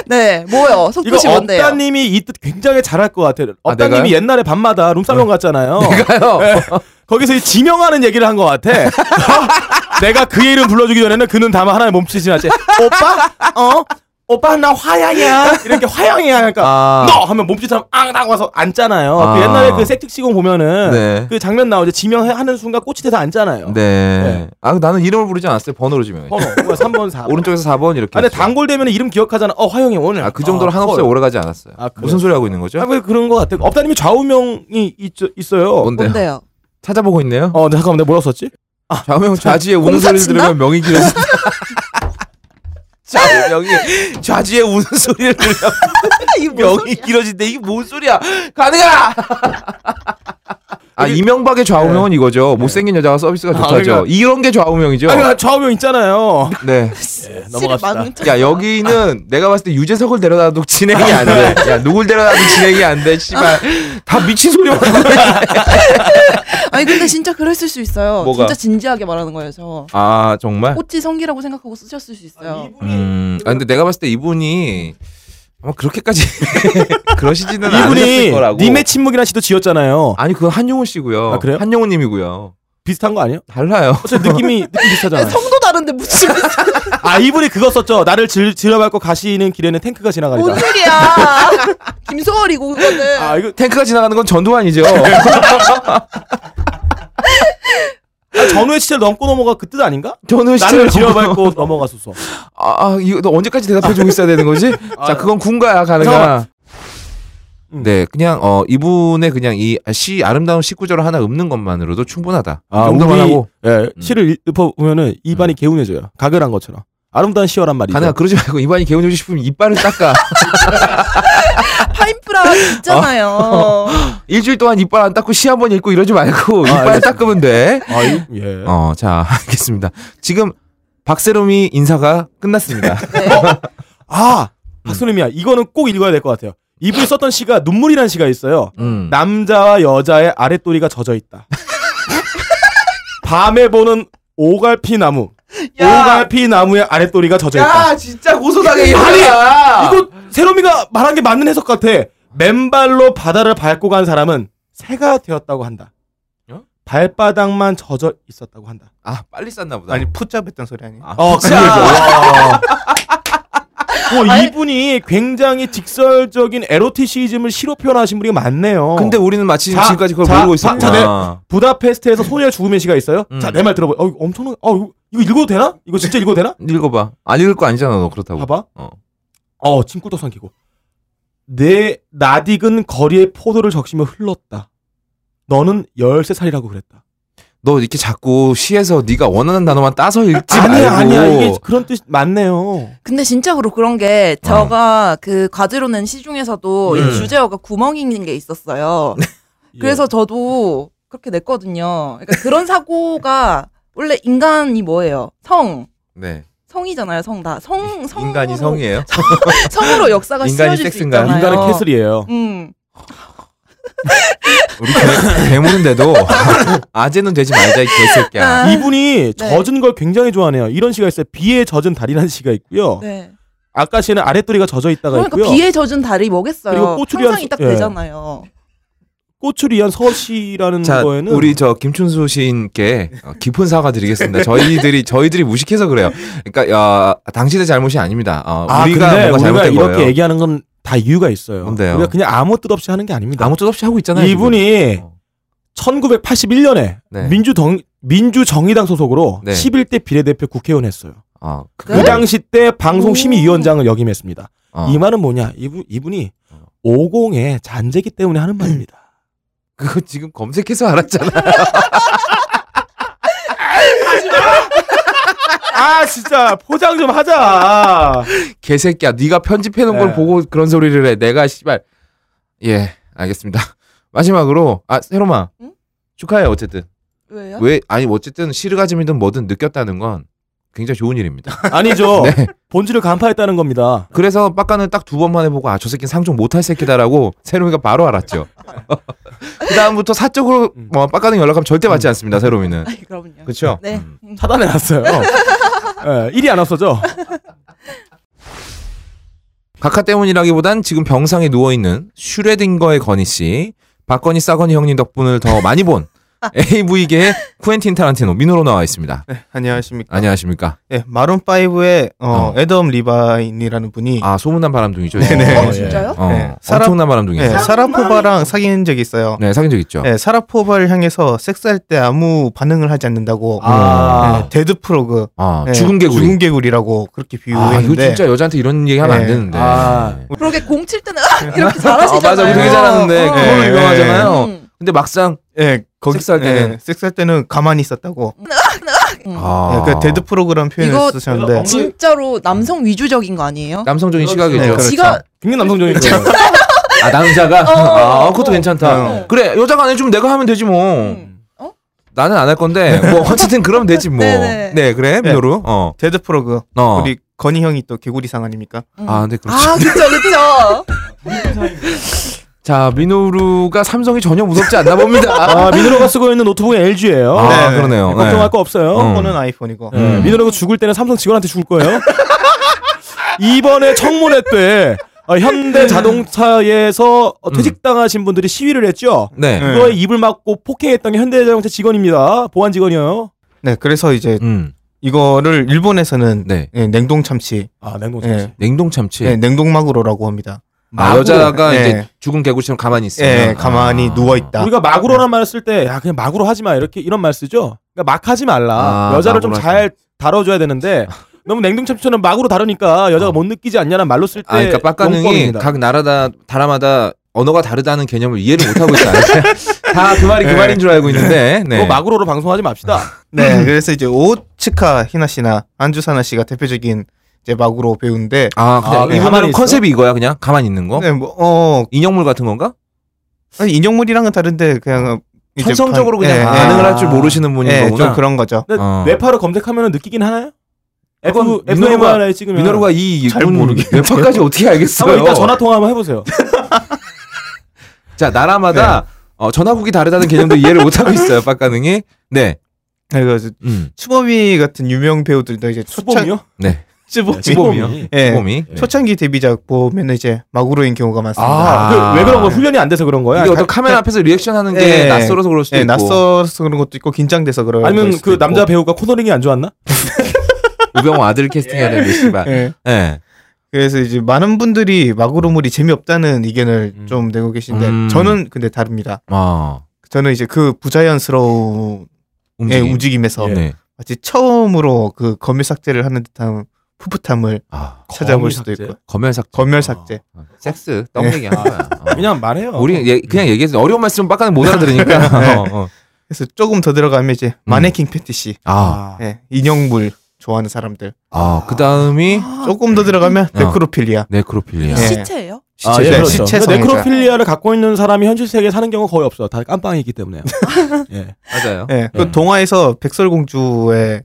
Speaker 1: 네, 뭐요?
Speaker 3: 이거
Speaker 1: 속도시 뭔데요?
Speaker 3: 업다님이 이 뜻 굉장히 잘할 것 같아요.
Speaker 2: 아,
Speaker 3: 업다님이
Speaker 2: 내가요? 어.
Speaker 3: 옛날에 밤마다 룸살롱 갔잖아요.
Speaker 2: 내가요.
Speaker 3: 예. 거기서 이 지명하는 얘기를 한 것 같아. 어? 내가 그의 이름 불러주기 전에는 그는 다만 하나의 몸짓이 나지. 오빠? 어? 오빠 나 화양이야. 이렇게 화양이야. 그러니까
Speaker 2: 아.
Speaker 3: 너 하면 몸짓하면 앙당 와서 앉잖아요. 그
Speaker 2: 아.
Speaker 3: 옛날에 그 색특 시공 보면은
Speaker 2: 네.
Speaker 3: 그 장면 나오죠. 지명하는 순간 꽃이 돼서 앉잖아요.
Speaker 2: 네. 아 나는 이름을 부르지 않았어요. 번호로 지명해.
Speaker 3: 번호 3번 4번.
Speaker 2: 오른쪽에서 4번 이렇게.
Speaker 3: 아, 근데
Speaker 2: 했죠.
Speaker 3: 단골 되면 이름 기억하잖아. 어 화영이 오늘.
Speaker 2: 아, 그 정도로
Speaker 3: 아,
Speaker 2: 한없이
Speaker 3: 헐.
Speaker 2: 오래 가지 않았어요.
Speaker 3: 아, 그래요?
Speaker 2: 무슨 소리 하고 있는 거죠?
Speaker 3: 아, 왜 그런 것 같아. 업다님이 좌우명이 있, 어요
Speaker 2: 뭔데요?
Speaker 1: 뭔데요?
Speaker 2: 찾아보고 있네요.
Speaker 3: 어, 잠깐만 내가 뭐라고 썼지?
Speaker 2: 좌우명 좌지에 우는
Speaker 1: 공사
Speaker 2: 소리를
Speaker 1: 친다?
Speaker 2: 들으면 명이 길어진다. 좌우명이 좌지에 우는 소리를 들으면 명이 길어진다. 이게 뭔 소리야? 가능아! 아 이명박의 좌우명은 이거죠. 못생긴 여자가 서비스가 좋다죠.
Speaker 3: 그러니까-
Speaker 2: 이런 게 좌우명이죠.
Speaker 3: 아, 그 좌우명 있잖아요.
Speaker 2: 네.
Speaker 3: 네,
Speaker 2: 야 여기는 내가 봤을 때 유재석을 데려다도 진행이 안 돼. 야 누굴 데려다도 진행이 안 돼. 씨발 다 미친 소리만 하고
Speaker 1: 아니 근데 진짜 그랬을 수 있어요.
Speaker 2: 뭐가?
Speaker 1: 진짜 진지하게 말하는 거예요, 저.
Speaker 2: 아 정말?
Speaker 1: 꽃이 성기라고 생각하고 쓰셨을 수 있어요.
Speaker 2: 음. 아 근데 내가 봤을 때 이분이 아마 그렇게까지 그러시지는 않으셨을
Speaker 3: 이분이
Speaker 2: 거라고.
Speaker 3: 님의 침묵이라는 시도 지었잖아요.
Speaker 2: 아니 그건 한용훈 씨고요.
Speaker 3: 아, 그래요?
Speaker 2: 한용훈 님이고요.
Speaker 3: 비슷한 거 아니에요?
Speaker 2: 달라요.
Speaker 3: 어차피 느낌이 느낌 비슷하잖아요.
Speaker 1: 성도 다른데 무슨
Speaker 3: 아 이분이 그거 썼죠. 나를 질, 지려밟고 가시는 길에는 탱크가
Speaker 1: 뭔
Speaker 3: 지나가리다.
Speaker 1: 소리야? 김소월이고 그거는.
Speaker 3: 아 이거
Speaker 2: 탱크가 지나가는 건 전두환이죠.
Speaker 3: 아, 전후의 시체를 넘고 넘어가 그 뜻 아닌가?
Speaker 2: 전두환 씨를
Speaker 3: 나를 지려밟고 넘어가소서.
Speaker 2: 아, 아 이거 너 언제까지 대답해 주고 있어야 되는 거지? 자, 그건 군가야 가능한.
Speaker 3: 잠깐만.
Speaker 2: 네, 그냥 어 이분의 그냥 이 시 아름다운 19절을 하나 읊는 것만으로도 충분하다.
Speaker 3: 아,
Speaker 2: 이 정도만 아, 하고 음.
Speaker 3: 예, 시를 읊어 보면은 입안이 개운해져요. 가글한 것처럼. 아름다운 시어란 말이죠.
Speaker 2: 가능한 그러지 말고 입안이 개운해지고 싶으면 이빨을 닦아.
Speaker 1: 파인프라 있잖아요.
Speaker 2: 일주일 동안 이빨 안 닦고 시 한 번 읽고 이러지 말고
Speaker 3: 아,
Speaker 2: 이빨
Speaker 3: 알겠습니다.
Speaker 2: 닦으면 돼.
Speaker 3: 아, 이- 예.
Speaker 2: 어, 자, 알겠습니다. 지금 박세롬이 인사가 끝났습니다.
Speaker 3: 아, 박수님이야. 이거는 꼭 읽어야 될 것 같아요. 이분이 썼던 시가 눈물이라는 시가 있어요.
Speaker 2: 음.
Speaker 3: 남자와 여자의 아랫도리가 젖어 있다. 밤에 보는 오갈피 나무. 오갈피 나무의 아랫도리가 젖어 있다.
Speaker 2: 진짜 고소당해 이
Speaker 3: 이거 세롬이가 말한 게 맞는 해석 같아. 맨발로 바다를 밟고 간 사람은 새가 되었다고 한다.
Speaker 2: 어?
Speaker 3: 발바닥만 젖어 있었다고 한다.
Speaker 2: 아, 빨리 쌌나 보다.
Speaker 4: 아니 푸잡했던 소리 아니에요?
Speaker 2: 아,
Speaker 3: 어, 그 얘기야. 어, 이분이 굉장히 직설적인 에로티시즘을 시로 표현하신 분이 많네요.
Speaker 2: 근데 우리는 마치
Speaker 3: 어. 자,
Speaker 2: 지금까지 그걸
Speaker 3: 자,
Speaker 2: 모르고 아.
Speaker 3: 자, 네.
Speaker 2: 있었구나.
Speaker 3: 부다페스트에서 소녀의 죽음의 시가 있어요.
Speaker 2: 음.
Speaker 3: 자, 내 말 들어봐. 어, 엄청난. 어, 이거- 이거 읽어도 되나? 이거 진짜 읽어도 되나?
Speaker 2: 읽어봐. 안 읽을 거 아니잖아, 너 그렇다고.
Speaker 3: 봐봐.
Speaker 2: 어.
Speaker 3: 어, 침꿀떡 삼키고. 내 나딕은 거리에 포도를 적시며 흘렀다. 너는 13살이라고 그랬다.
Speaker 2: 너 이렇게 자꾸 시에서 네가 원하는 단어만 따서 읽지
Speaker 3: 아니야,
Speaker 2: 말고.
Speaker 3: 아니야. 이게 그런 뜻 맞네요.
Speaker 1: 근데 진짜 그렇 그런 게 제가 그 과제로는 시 중에서도 이
Speaker 2: 아. 음. 네.
Speaker 1: 주제어가 구멍이 있는 게 있었어요.
Speaker 3: 예.
Speaker 1: 그래서 저도 그렇게 냈거든요. 그러니까 그런 사고가 원래 인간이 뭐예요? 성
Speaker 2: 네.
Speaker 1: 성이잖아요. 성다성 성
Speaker 2: 인간이 성이에요.
Speaker 1: 성으로 역사가
Speaker 2: 인간이
Speaker 1: 씌워질 수
Speaker 2: 섹스인가요?
Speaker 1: 있잖아요.
Speaker 3: 인간의 캐슬이에요.
Speaker 1: 음.
Speaker 2: 우리 개- 괴물인데도 아재는 되지 말자 이 개새끼야.
Speaker 1: 아,
Speaker 3: 이분이 젖은 걸 굉장히 좋아하네요. 이런 시가 있어요. 비에 젖은 달이라는 시가 있고요.
Speaker 1: 네.
Speaker 3: 아까 씨는 아랫도리가 젖어 있다가
Speaker 1: 그러니까
Speaker 3: 있고요.
Speaker 1: 비에 젖은 달이 뭐겠어요.
Speaker 3: 그리고 꼬추리 한
Speaker 1: 상상이 딱
Speaker 3: 예.
Speaker 1: 되잖아요.
Speaker 3: 꽃을 위한 서씨라는
Speaker 2: 자,
Speaker 3: 거에는
Speaker 2: 우리 저 김춘수 시인께 어, 깊은 사과 드리겠습니다. 저희들이 저희들이 무식해서 그래요. 그러니까 어, 당신의 잘못이 아닙니다. 어,
Speaker 3: 아,
Speaker 2: 우리가
Speaker 3: 근데
Speaker 2: 뭔가
Speaker 3: 우리가
Speaker 2: 잘못된
Speaker 3: 이렇게
Speaker 2: 거예요.
Speaker 3: 얘기하는 건 다 이유가 있어요.
Speaker 2: 뭔데요?
Speaker 3: 우리가 그냥 아무 뜻 없이 하는 게 아닙니다.
Speaker 2: 아무 뜻 없이 하고 있잖아요. 지금.
Speaker 3: 이분이
Speaker 2: 어.
Speaker 3: 1981년에
Speaker 2: 네.
Speaker 3: 민주정 민주정의당 소속으로
Speaker 2: 네.
Speaker 3: 11대 비례대표 국회의원 했어요.
Speaker 2: 어, 그,
Speaker 3: 그
Speaker 1: 네?
Speaker 3: 당시 때 방송심의위원장을 역임했습니다.
Speaker 2: 어.
Speaker 3: 이 말은 뭐냐? 이분 이분이
Speaker 2: 어.
Speaker 3: 50의 잔재기 때문에 하는 말입니다.
Speaker 2: 그거 지금 검색해서 알았잖아.
Speaker 3: 아 진짜 포장 좀 하자.
Speaker 2: 개새끼야, 네가 편집해 놓은 걸
Speaker 3: 네.
Speaker 2: 보고 그런 소리를 해. 내가 씨발. 예, 알겠습니다. 마지막으로 아 세로마
Speaker 1: 응?
Speaker 2: 축하해 요 어쨌든
Speaker 1: 왜요?
Speaker 2: 왜 아니 어쨌든 시르가즘이든 뭐든 느꼈다는 건 굉장히 좋은 일입니다.
Speaker 3: 아니죠.
Speaker 2: 네.
Speaker 3: 본질을 간파했다는 겁니다.
Speaker 2: 그래서 빡가는 딱 두 번만 해보고 아 저 새끼는 상종 못할 새끼다라고 세롬이가 바로 알았죠. 그 다음부터 사적으로
Speaker 3: 음.
Speaker 2: 뭐 빡가는 연락하면 절대 받지 않습니다. 세롬이는
Speaker 1: 아이, 그럼요.
Speaker 2: 그렇죠.
Speaker 1: 네.
Speaker 3: 차단해놨어요. 예, 일이 안 없어져.
Speaker 2: 각하 때문이라기보단 지금 병상에 누워있는 슈레딩거의 건희 씨, 박건희 싸건희 형님 덕분을 더 많이 본 AV계의 쿠엔틴 타란티노 민호로 나와 있습니다.
Speaker 4: 네, 안녕하십니까.
Speaker 2: 안녕하십니까?
Speaker 4: 예, 마룬 5의 어,
Speaker 2: 어.
Speaker 4: 애덤 리바인이라는 분이
Speaker 2: 아 소문난 바람둥이죠.
Speaker 4: 네네.
Speaker 1: 어, 진짜요?
Speaker 2: 어,
Speaker 4: 네.
Speaker 2: 엄청난 바람둥이.
Speaker 4: 예,
Speaker 2: 네.
Speaker 4: 사라포바랑 사귄 적이 있어요.
Speaker 2: 네 사귄 적 있죠.
Speaker 4: 예, 사라포바를 향해서 섹스할 때 아무 반응을 하지 않는다고
Speaker 3: 아.
Speaker 4: 예, 데드 프로그
Speaker 2: 아
Speaker 4: 예,
Speaker 2: 죽은 개구리.
Speaker 4: 죽은 개구리라고 그렇게
Speaker 2: 아 이거
Speaker 4: 비유했는데
Speaker 2: 진짜 여자한테 이런 얘기 하면 안
Speaker 4: 네.
Speaker 2: 되는데.
Speaker 3: 아.
Speaker 1: 그러게 공칠 때는 으악! 이렇게
Speaker 2: 예. 아, 맞아,
Speaker 1: 잘하시잖아요.
Speaker 2: 우리 되게 잘하는데
Speaker 1: 어.
Speaker 2: 그걸로
Speaker 4: 네.
Speaker 2: 유명하잖아요.
Speaker 1: 음.
Speaker 2: 근데 막상
Speaker 4: 예, 거기
Speaker 2: 섹스할 때는?
Speaker 4: 예, 섹스할 때는 가만히 있었다고.
Speaker 1: 음.
Speaker 2: 아,
Speaker 4: 예, 그 데드 프로그램
Speaker 1: 이거
Speaker 4: 표현을 쓰셨는데
Speaker 1: 진짜로 남성 위주적인 거 아니에요?
Speaker 2: 남성적인 시각이죠.
Speaker 4: 네, 그렇죠.
Speaker 1: 지가
Speaker 2: 네.
Speaker 3: 굉장히 남성적인 거예요.
Speaker 2: 아 남자가
Speaker 1: 어,
Speaker 2: 아 그것도
Speaker 1: 어.
Speaker 2: 괜찮다.
Speaker 1: 어.
Speaker 2: 그래 여자가 안 해주면 내가 하면 되지 뭐.
Speaker 1: 음.
Speaker 2: 나는 안 할 건데 뭐 어쨌든 그러면 되지 뭐.
Speaker 1: 네네.
Speaker 2: 네 그래
Speaker 4: 네.
Speaker 2: 민호루. 어.
Speaker 4: 데드 프로그
Speaker 2: 어.
Speaker 4: 우리 건희 형이 또 개구리상 아닙니까?
Speaker 1: 음.
Speaker 2: 아 근데 그렇지.
Speaker 1: 아, 그쵸, 그쵸.
Speaker 2: 자 민호루가 삼성이 전혀 무섭지 않나 봅니다.
Speaker 3: 아, 민호가 쓰고 있는 노트북은 LG예요.
Speaker 2: 아,
Speaker 4: 네, 네.
Speaker 2: 그러네요. 네.
Speaker 3: 걱정할 거 없어요.
Speaker 2: 음.
Speaker 4: 이거는 아이폰이고.
Speaker 2: 음.
Speaker 3: 민호가 죽을 때는 삼성 직원한테 죽을 거예요. 이번에 청문회 때 어,
Speaker 2: 음.
Speaker 3: 현대자동차에서 어, 퇴직당하신 분들이 시위를 했죠.
Speaker 2: 네.
Speaker 4: 네.
Speaker 3: 그거에 입을 막고 폭행했던 게 현대자동차 직원입니다. 보안 직원이에요.
Speaker 4: 네, 그래서 이제
Speaker 2: 음.
Speaker 4: 이거를 일본에서는
Speaker 2: 네.
Speaker 4: 예, 냉동 참치,
Speaker 3: 아 냉동
Speaker 4: 예,
Speaker 3: 참치.
Speaker 2: 냉동 참치.
Speaker 4: 예, 냉동 마구로라고 합니다.
Speaker 2: 아 여자가
Speaker 4: 네.
Speaker 2: 이제 아. 죽은 개구리처럼 가만히 있어.
Speaker 4: 예, 가만히 누워 있다.
Speaker 3: 우리가
Speaker 2: 네.
Speaker 3: 마구로란 말을 쓸 때 야 그냥 마구로 하지 마 이렇게 이런 말 쓰죠. 그러니까 막 하지 말라.
Speaker 2: 아,
Speaker 3: 여자를
Speaker 2: 마구로
Speaker 3: 좀
Speaker 2: 하지
Speaker 3: 잘 다뤄줘야 되는데 너무 냉동 참치처럼 마구로 다루니까 여자가
Speaker 2: 어.
Speaker 3: 못 느끼지 않냐는 말로 쓸 때
Speaker 2: 아, 그러니까 빡가능이
Speaker 3: 용법입니다.
Speaker 2: 각 나라다 나라마다 언어가 다르다는 개념을 이해를 못 하고 있어요. 다그 말이 그
Speaker 4: 네.
Speaker 2: 말인 줄 알고 있는데. 네.
Speaker 3: 그거 마구로로 방송하지 맙시다.
Speaker 4: 네, 그래서 이제 오츠카 히나 씨나 안주사나 씨가 대표적인 이제 마구로 배우인데,
Speaker 2: 아,
Speaker 3: 아,
Speaker 2: 그냥
Speaker 3: 그냥
Speaker 2: 이거 말은
Speaker 3: 가만히 있어?
Speaker 2: 컨셉이 이거야, 그냥 가만히 있는 거?
Speaker 4: 네, 뭐, 어,
Speaker 2: 인형물 같은 건가?
Speaker 4: 아니, 인형물이랑은 다른데 그냥 이제
Speaker 2: 천성적으로
Speaker 4: 반-
Speaker 2: 그냥
Speaker 4: 예,
Speaker 2: 반응을
Speaker 3: 아.
Speaker 2: 할 줄 모르시는 분인
Speaker 4: 예, 예,
Speaker 2: 거구나.
Speaker 4: 좀 그런 네, 거죠.
Speaker 3: 근데
Speaker 2: 어.
Speaker 3: 뇌파로 네. 검색하면 느끼긴 하나요? F
Speaker 2: 그건
Speaker 3: F M
Speaker 2: 민호루가-
Speaker 3: R 찍으면
Speaker 2: 민호루가 이
Speaker 4: 네. 잘
Speaker 2: 군
Speaker 4: 모르겠는데.
Speaker 2: 뇌파까지 어떻게 알겠어요?
Speaker 3: 한번 이따 전화 통화 한번 해보세요.
Speaker 2: 자
Speaker 4: 네.
Speaker 2: 나라마다 어, 전화국이 다르다는 개념도 이해를 못하고 있어요, 빡가능이. 네,
Speaker 4: 네, 그래서
Speaker 2: 음,
Speaker 4: 추범이 같은 유명 배우들도 이제 초창
Speaker 3: 수범이요?
Speaker 2: 네,
Speaker 4: 추범-
Speaker 2: 지범이요,
Speaker 4: 예.
Speaker 2: 지범이.
Speaker 4: 초창기 데뷔작 보면 이제 마구로인 경우가 많습니다.
Speaker 2: 아.
Speaker 3: 아, 왜 그런 거 훈련이 안 돼서 그런 거야?
Speaker 2: 이게 어떤 카메라 앞에서 리액션하는 게
Speaker 4: 예.
Speaker 2: 낯설어서 그럴 수도
Speaker 4: 예,
Speaker 2: 있고.
Speaker 4: 낯설어서 그런 것도 있고 긴장돼서 그런
Speaker 3: 아니면
Speaker 4: 것도 있을
Speaker 3: 그
Speaker 4: 수도
Speaker 3: 남자
Speaker 4: 있고.
Speaker 3: 배우가 코너링이 안 좋았나?
Speaker 2: 우병우 아들 캐스팅해야 되는데 씨발.
Speaker 4: 예.
Speaker 2: 예.
Speaker 4: 그래서 이제 많은 분들이 마구로물이 재미없다는 의견을
Speaker 3: 음.
Speaker 4: 좀 내고 계신데
Speaker 2: 음.
Speaker 4: 저는 근데 다릅니다.
Speaker 2: 어.
Speaker 4: 저는 이제 그 부자연스러운 예,
Speaker 2: 움직임.
Speaker 4: 움직임에서
Speaker 2: 네.
Speaker 4: 마치 처음으로 그 검열 삭제를 하는 듯한 풋풋함을
Speaker 2: 아,
Speaker 4: 찾아볼
Speaker 3: 검열
Speaker 4: 수도
Speaker 3: 삭제?
Speaker 4: 있고
Speaker 2: 검열삭.
Speaker 4: 검열 삭제.
Speaker 2: 섹스 떡
Speaker 4: 예.
Speaker 2: 얘기한 거야. 어.
Speaker 3: 그냥 말해요.
Speaker 2: 우리 예, 그냥 얘기해서 어려운 말씀 빡가는 못 알아들으니까.
Speaker 4: 네.
Speaker 2: 어, 어.
Speaker 4: 그래서 조금 더 들어가면 이제 마네킹 패티시,
Speaker 2: 아,
Speaker 3: 아.
Speaker 4: 예, 인형물 좋아하는 사람들.
Speaker 2: 아, 그 다음이
Speaker 4: 조금 더 들어가면
Speaker 2: 어.
Speaker 4: 네크로필리아.
Speaker 2: 네크로필리아.
Speaker 4: 네.
Speaker 1: 시체예요?
Speaker 3: 아,
Speaker 2: 시체,
Speaker 3: 예,
Speaker 4: 네,
Speaker 3: 그렇죠.
Speaker 4: 시체
Speaker 3: 그러니까
Speaker 4: 성애자.
Speaker 3: 네크로필리아를 갖고 있는 사람이 현실 세계에 사는 경우 거의 없어. 다 깜빵이기 때문에요. 예.
Speaker 2: 맞아요.
Speaker 4: 예, 그
Speaker 3: 예.
Speaker 4: 동화에서 백설공주에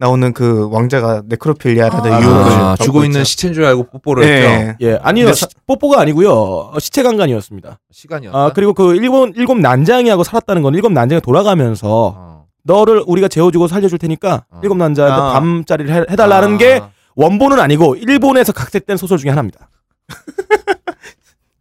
Speaker 4: 나오는 그 왕자가 네크로필리아라는
Speaker 1: 아.
Speaker 4: 유혹을
Speaker 2: 아,
Speaker 4: 겪고
Speaker 2: 죽어 있는
Speaker 4: 있죠.
Speaker 2: 시체인 줄 알고 네. 뽀뽀를 했죠.
Speaker 4: 예.
Speaker 3: 예. 아니요.
Speaker 4: 근데
Speaker 3: 시- 뽀뽀가 아니고요. 어, 시체 강간이었습니다.
Speaker 2: 시간이었다.
Speaker 3: 아, 그리고 그 일본 일곱 난장이하고 살았다는 건 일곱 난장이 돌아가면서
Speaker 2: 어.
Speaker 3: 너를 우리가 재워주고 살려줄 테니까
Speaker 2: 어.
Speaker 3: 일곱 난자한테
Speaker 4: 아.
Speaker 3: 밤자리를 해, 달라는
Speaker 2: 아.
Speaker 3: 게 원본은 아니고 일본에서 각색된 소설 중에 하나입니다.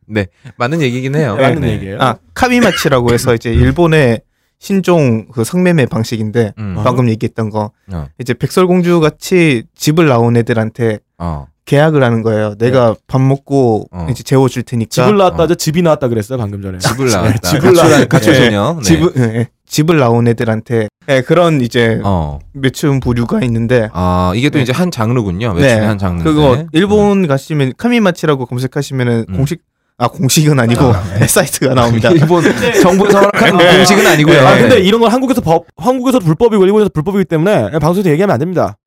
Speaker 2: 네 맞는 얘기긴 해요.
Speaker 3: 맞는
Speaker 2: 네.
Speaker 3: 얘기예요.
Speaker 4: 아 카미마치라고 해서 이제 일본의 신종 그 성매매 방식인데
Speaker 2: 음.
Speaker 3: 아.
Speaker 4: 방금 얘기했던 거
Speaker 2: 어.
Speaker 4: 이제 백설공주 같이 집을 나온 애들한테
Speaker 2: 어.
Speaker 4: 계약을 하는 거예요. 내가 밥 먹고
Speaker 2: 어.
Speaker 4: 이제 재워줄 테니까
Speaker 3: 집을 나왔다
Speaker 2: 어.
Speaker 3: 하죠. 집이 나왔다 그랬어요 방금 전에.
Speaker 2: 집을 나왔다.
Speaker 3: 네, 집을 나왔다.
Speaker 2: 가출
Speaker 4: 예.
Speaker 2: 소녀. 네.
Speaker 4: 집을 예, 예. 집을 나온 애들한테 예, 그런 이제
Speaker 2: 어.
Speaker 4: 매춘 부류가 있는데
Speaker 2: 아 이게 또
Speaker 4: 네.
Speaker 2: 이제 한 장르군요. 매출의 한 장르.
Speaker 4: 그거
Speaker 2: 네.
Speaker 4: 일본 가시면 카미마치라고 검색하시면은
Speaker 2: 음. 네.
Speaker 4: 공식 아 공식은 아니고 사이트가 나옵니다.
Speaker 2: 일본 정부에서 허락한 공식은 아니고요.
Speaker 3: 네. 아 근데
Speaker 2: 네.
Speaker 3: 이런 건 한국에서 법, 한국에서 불법이고 일본에서 불법이기 때문에 방송에서 얘기하면 안 됩니다.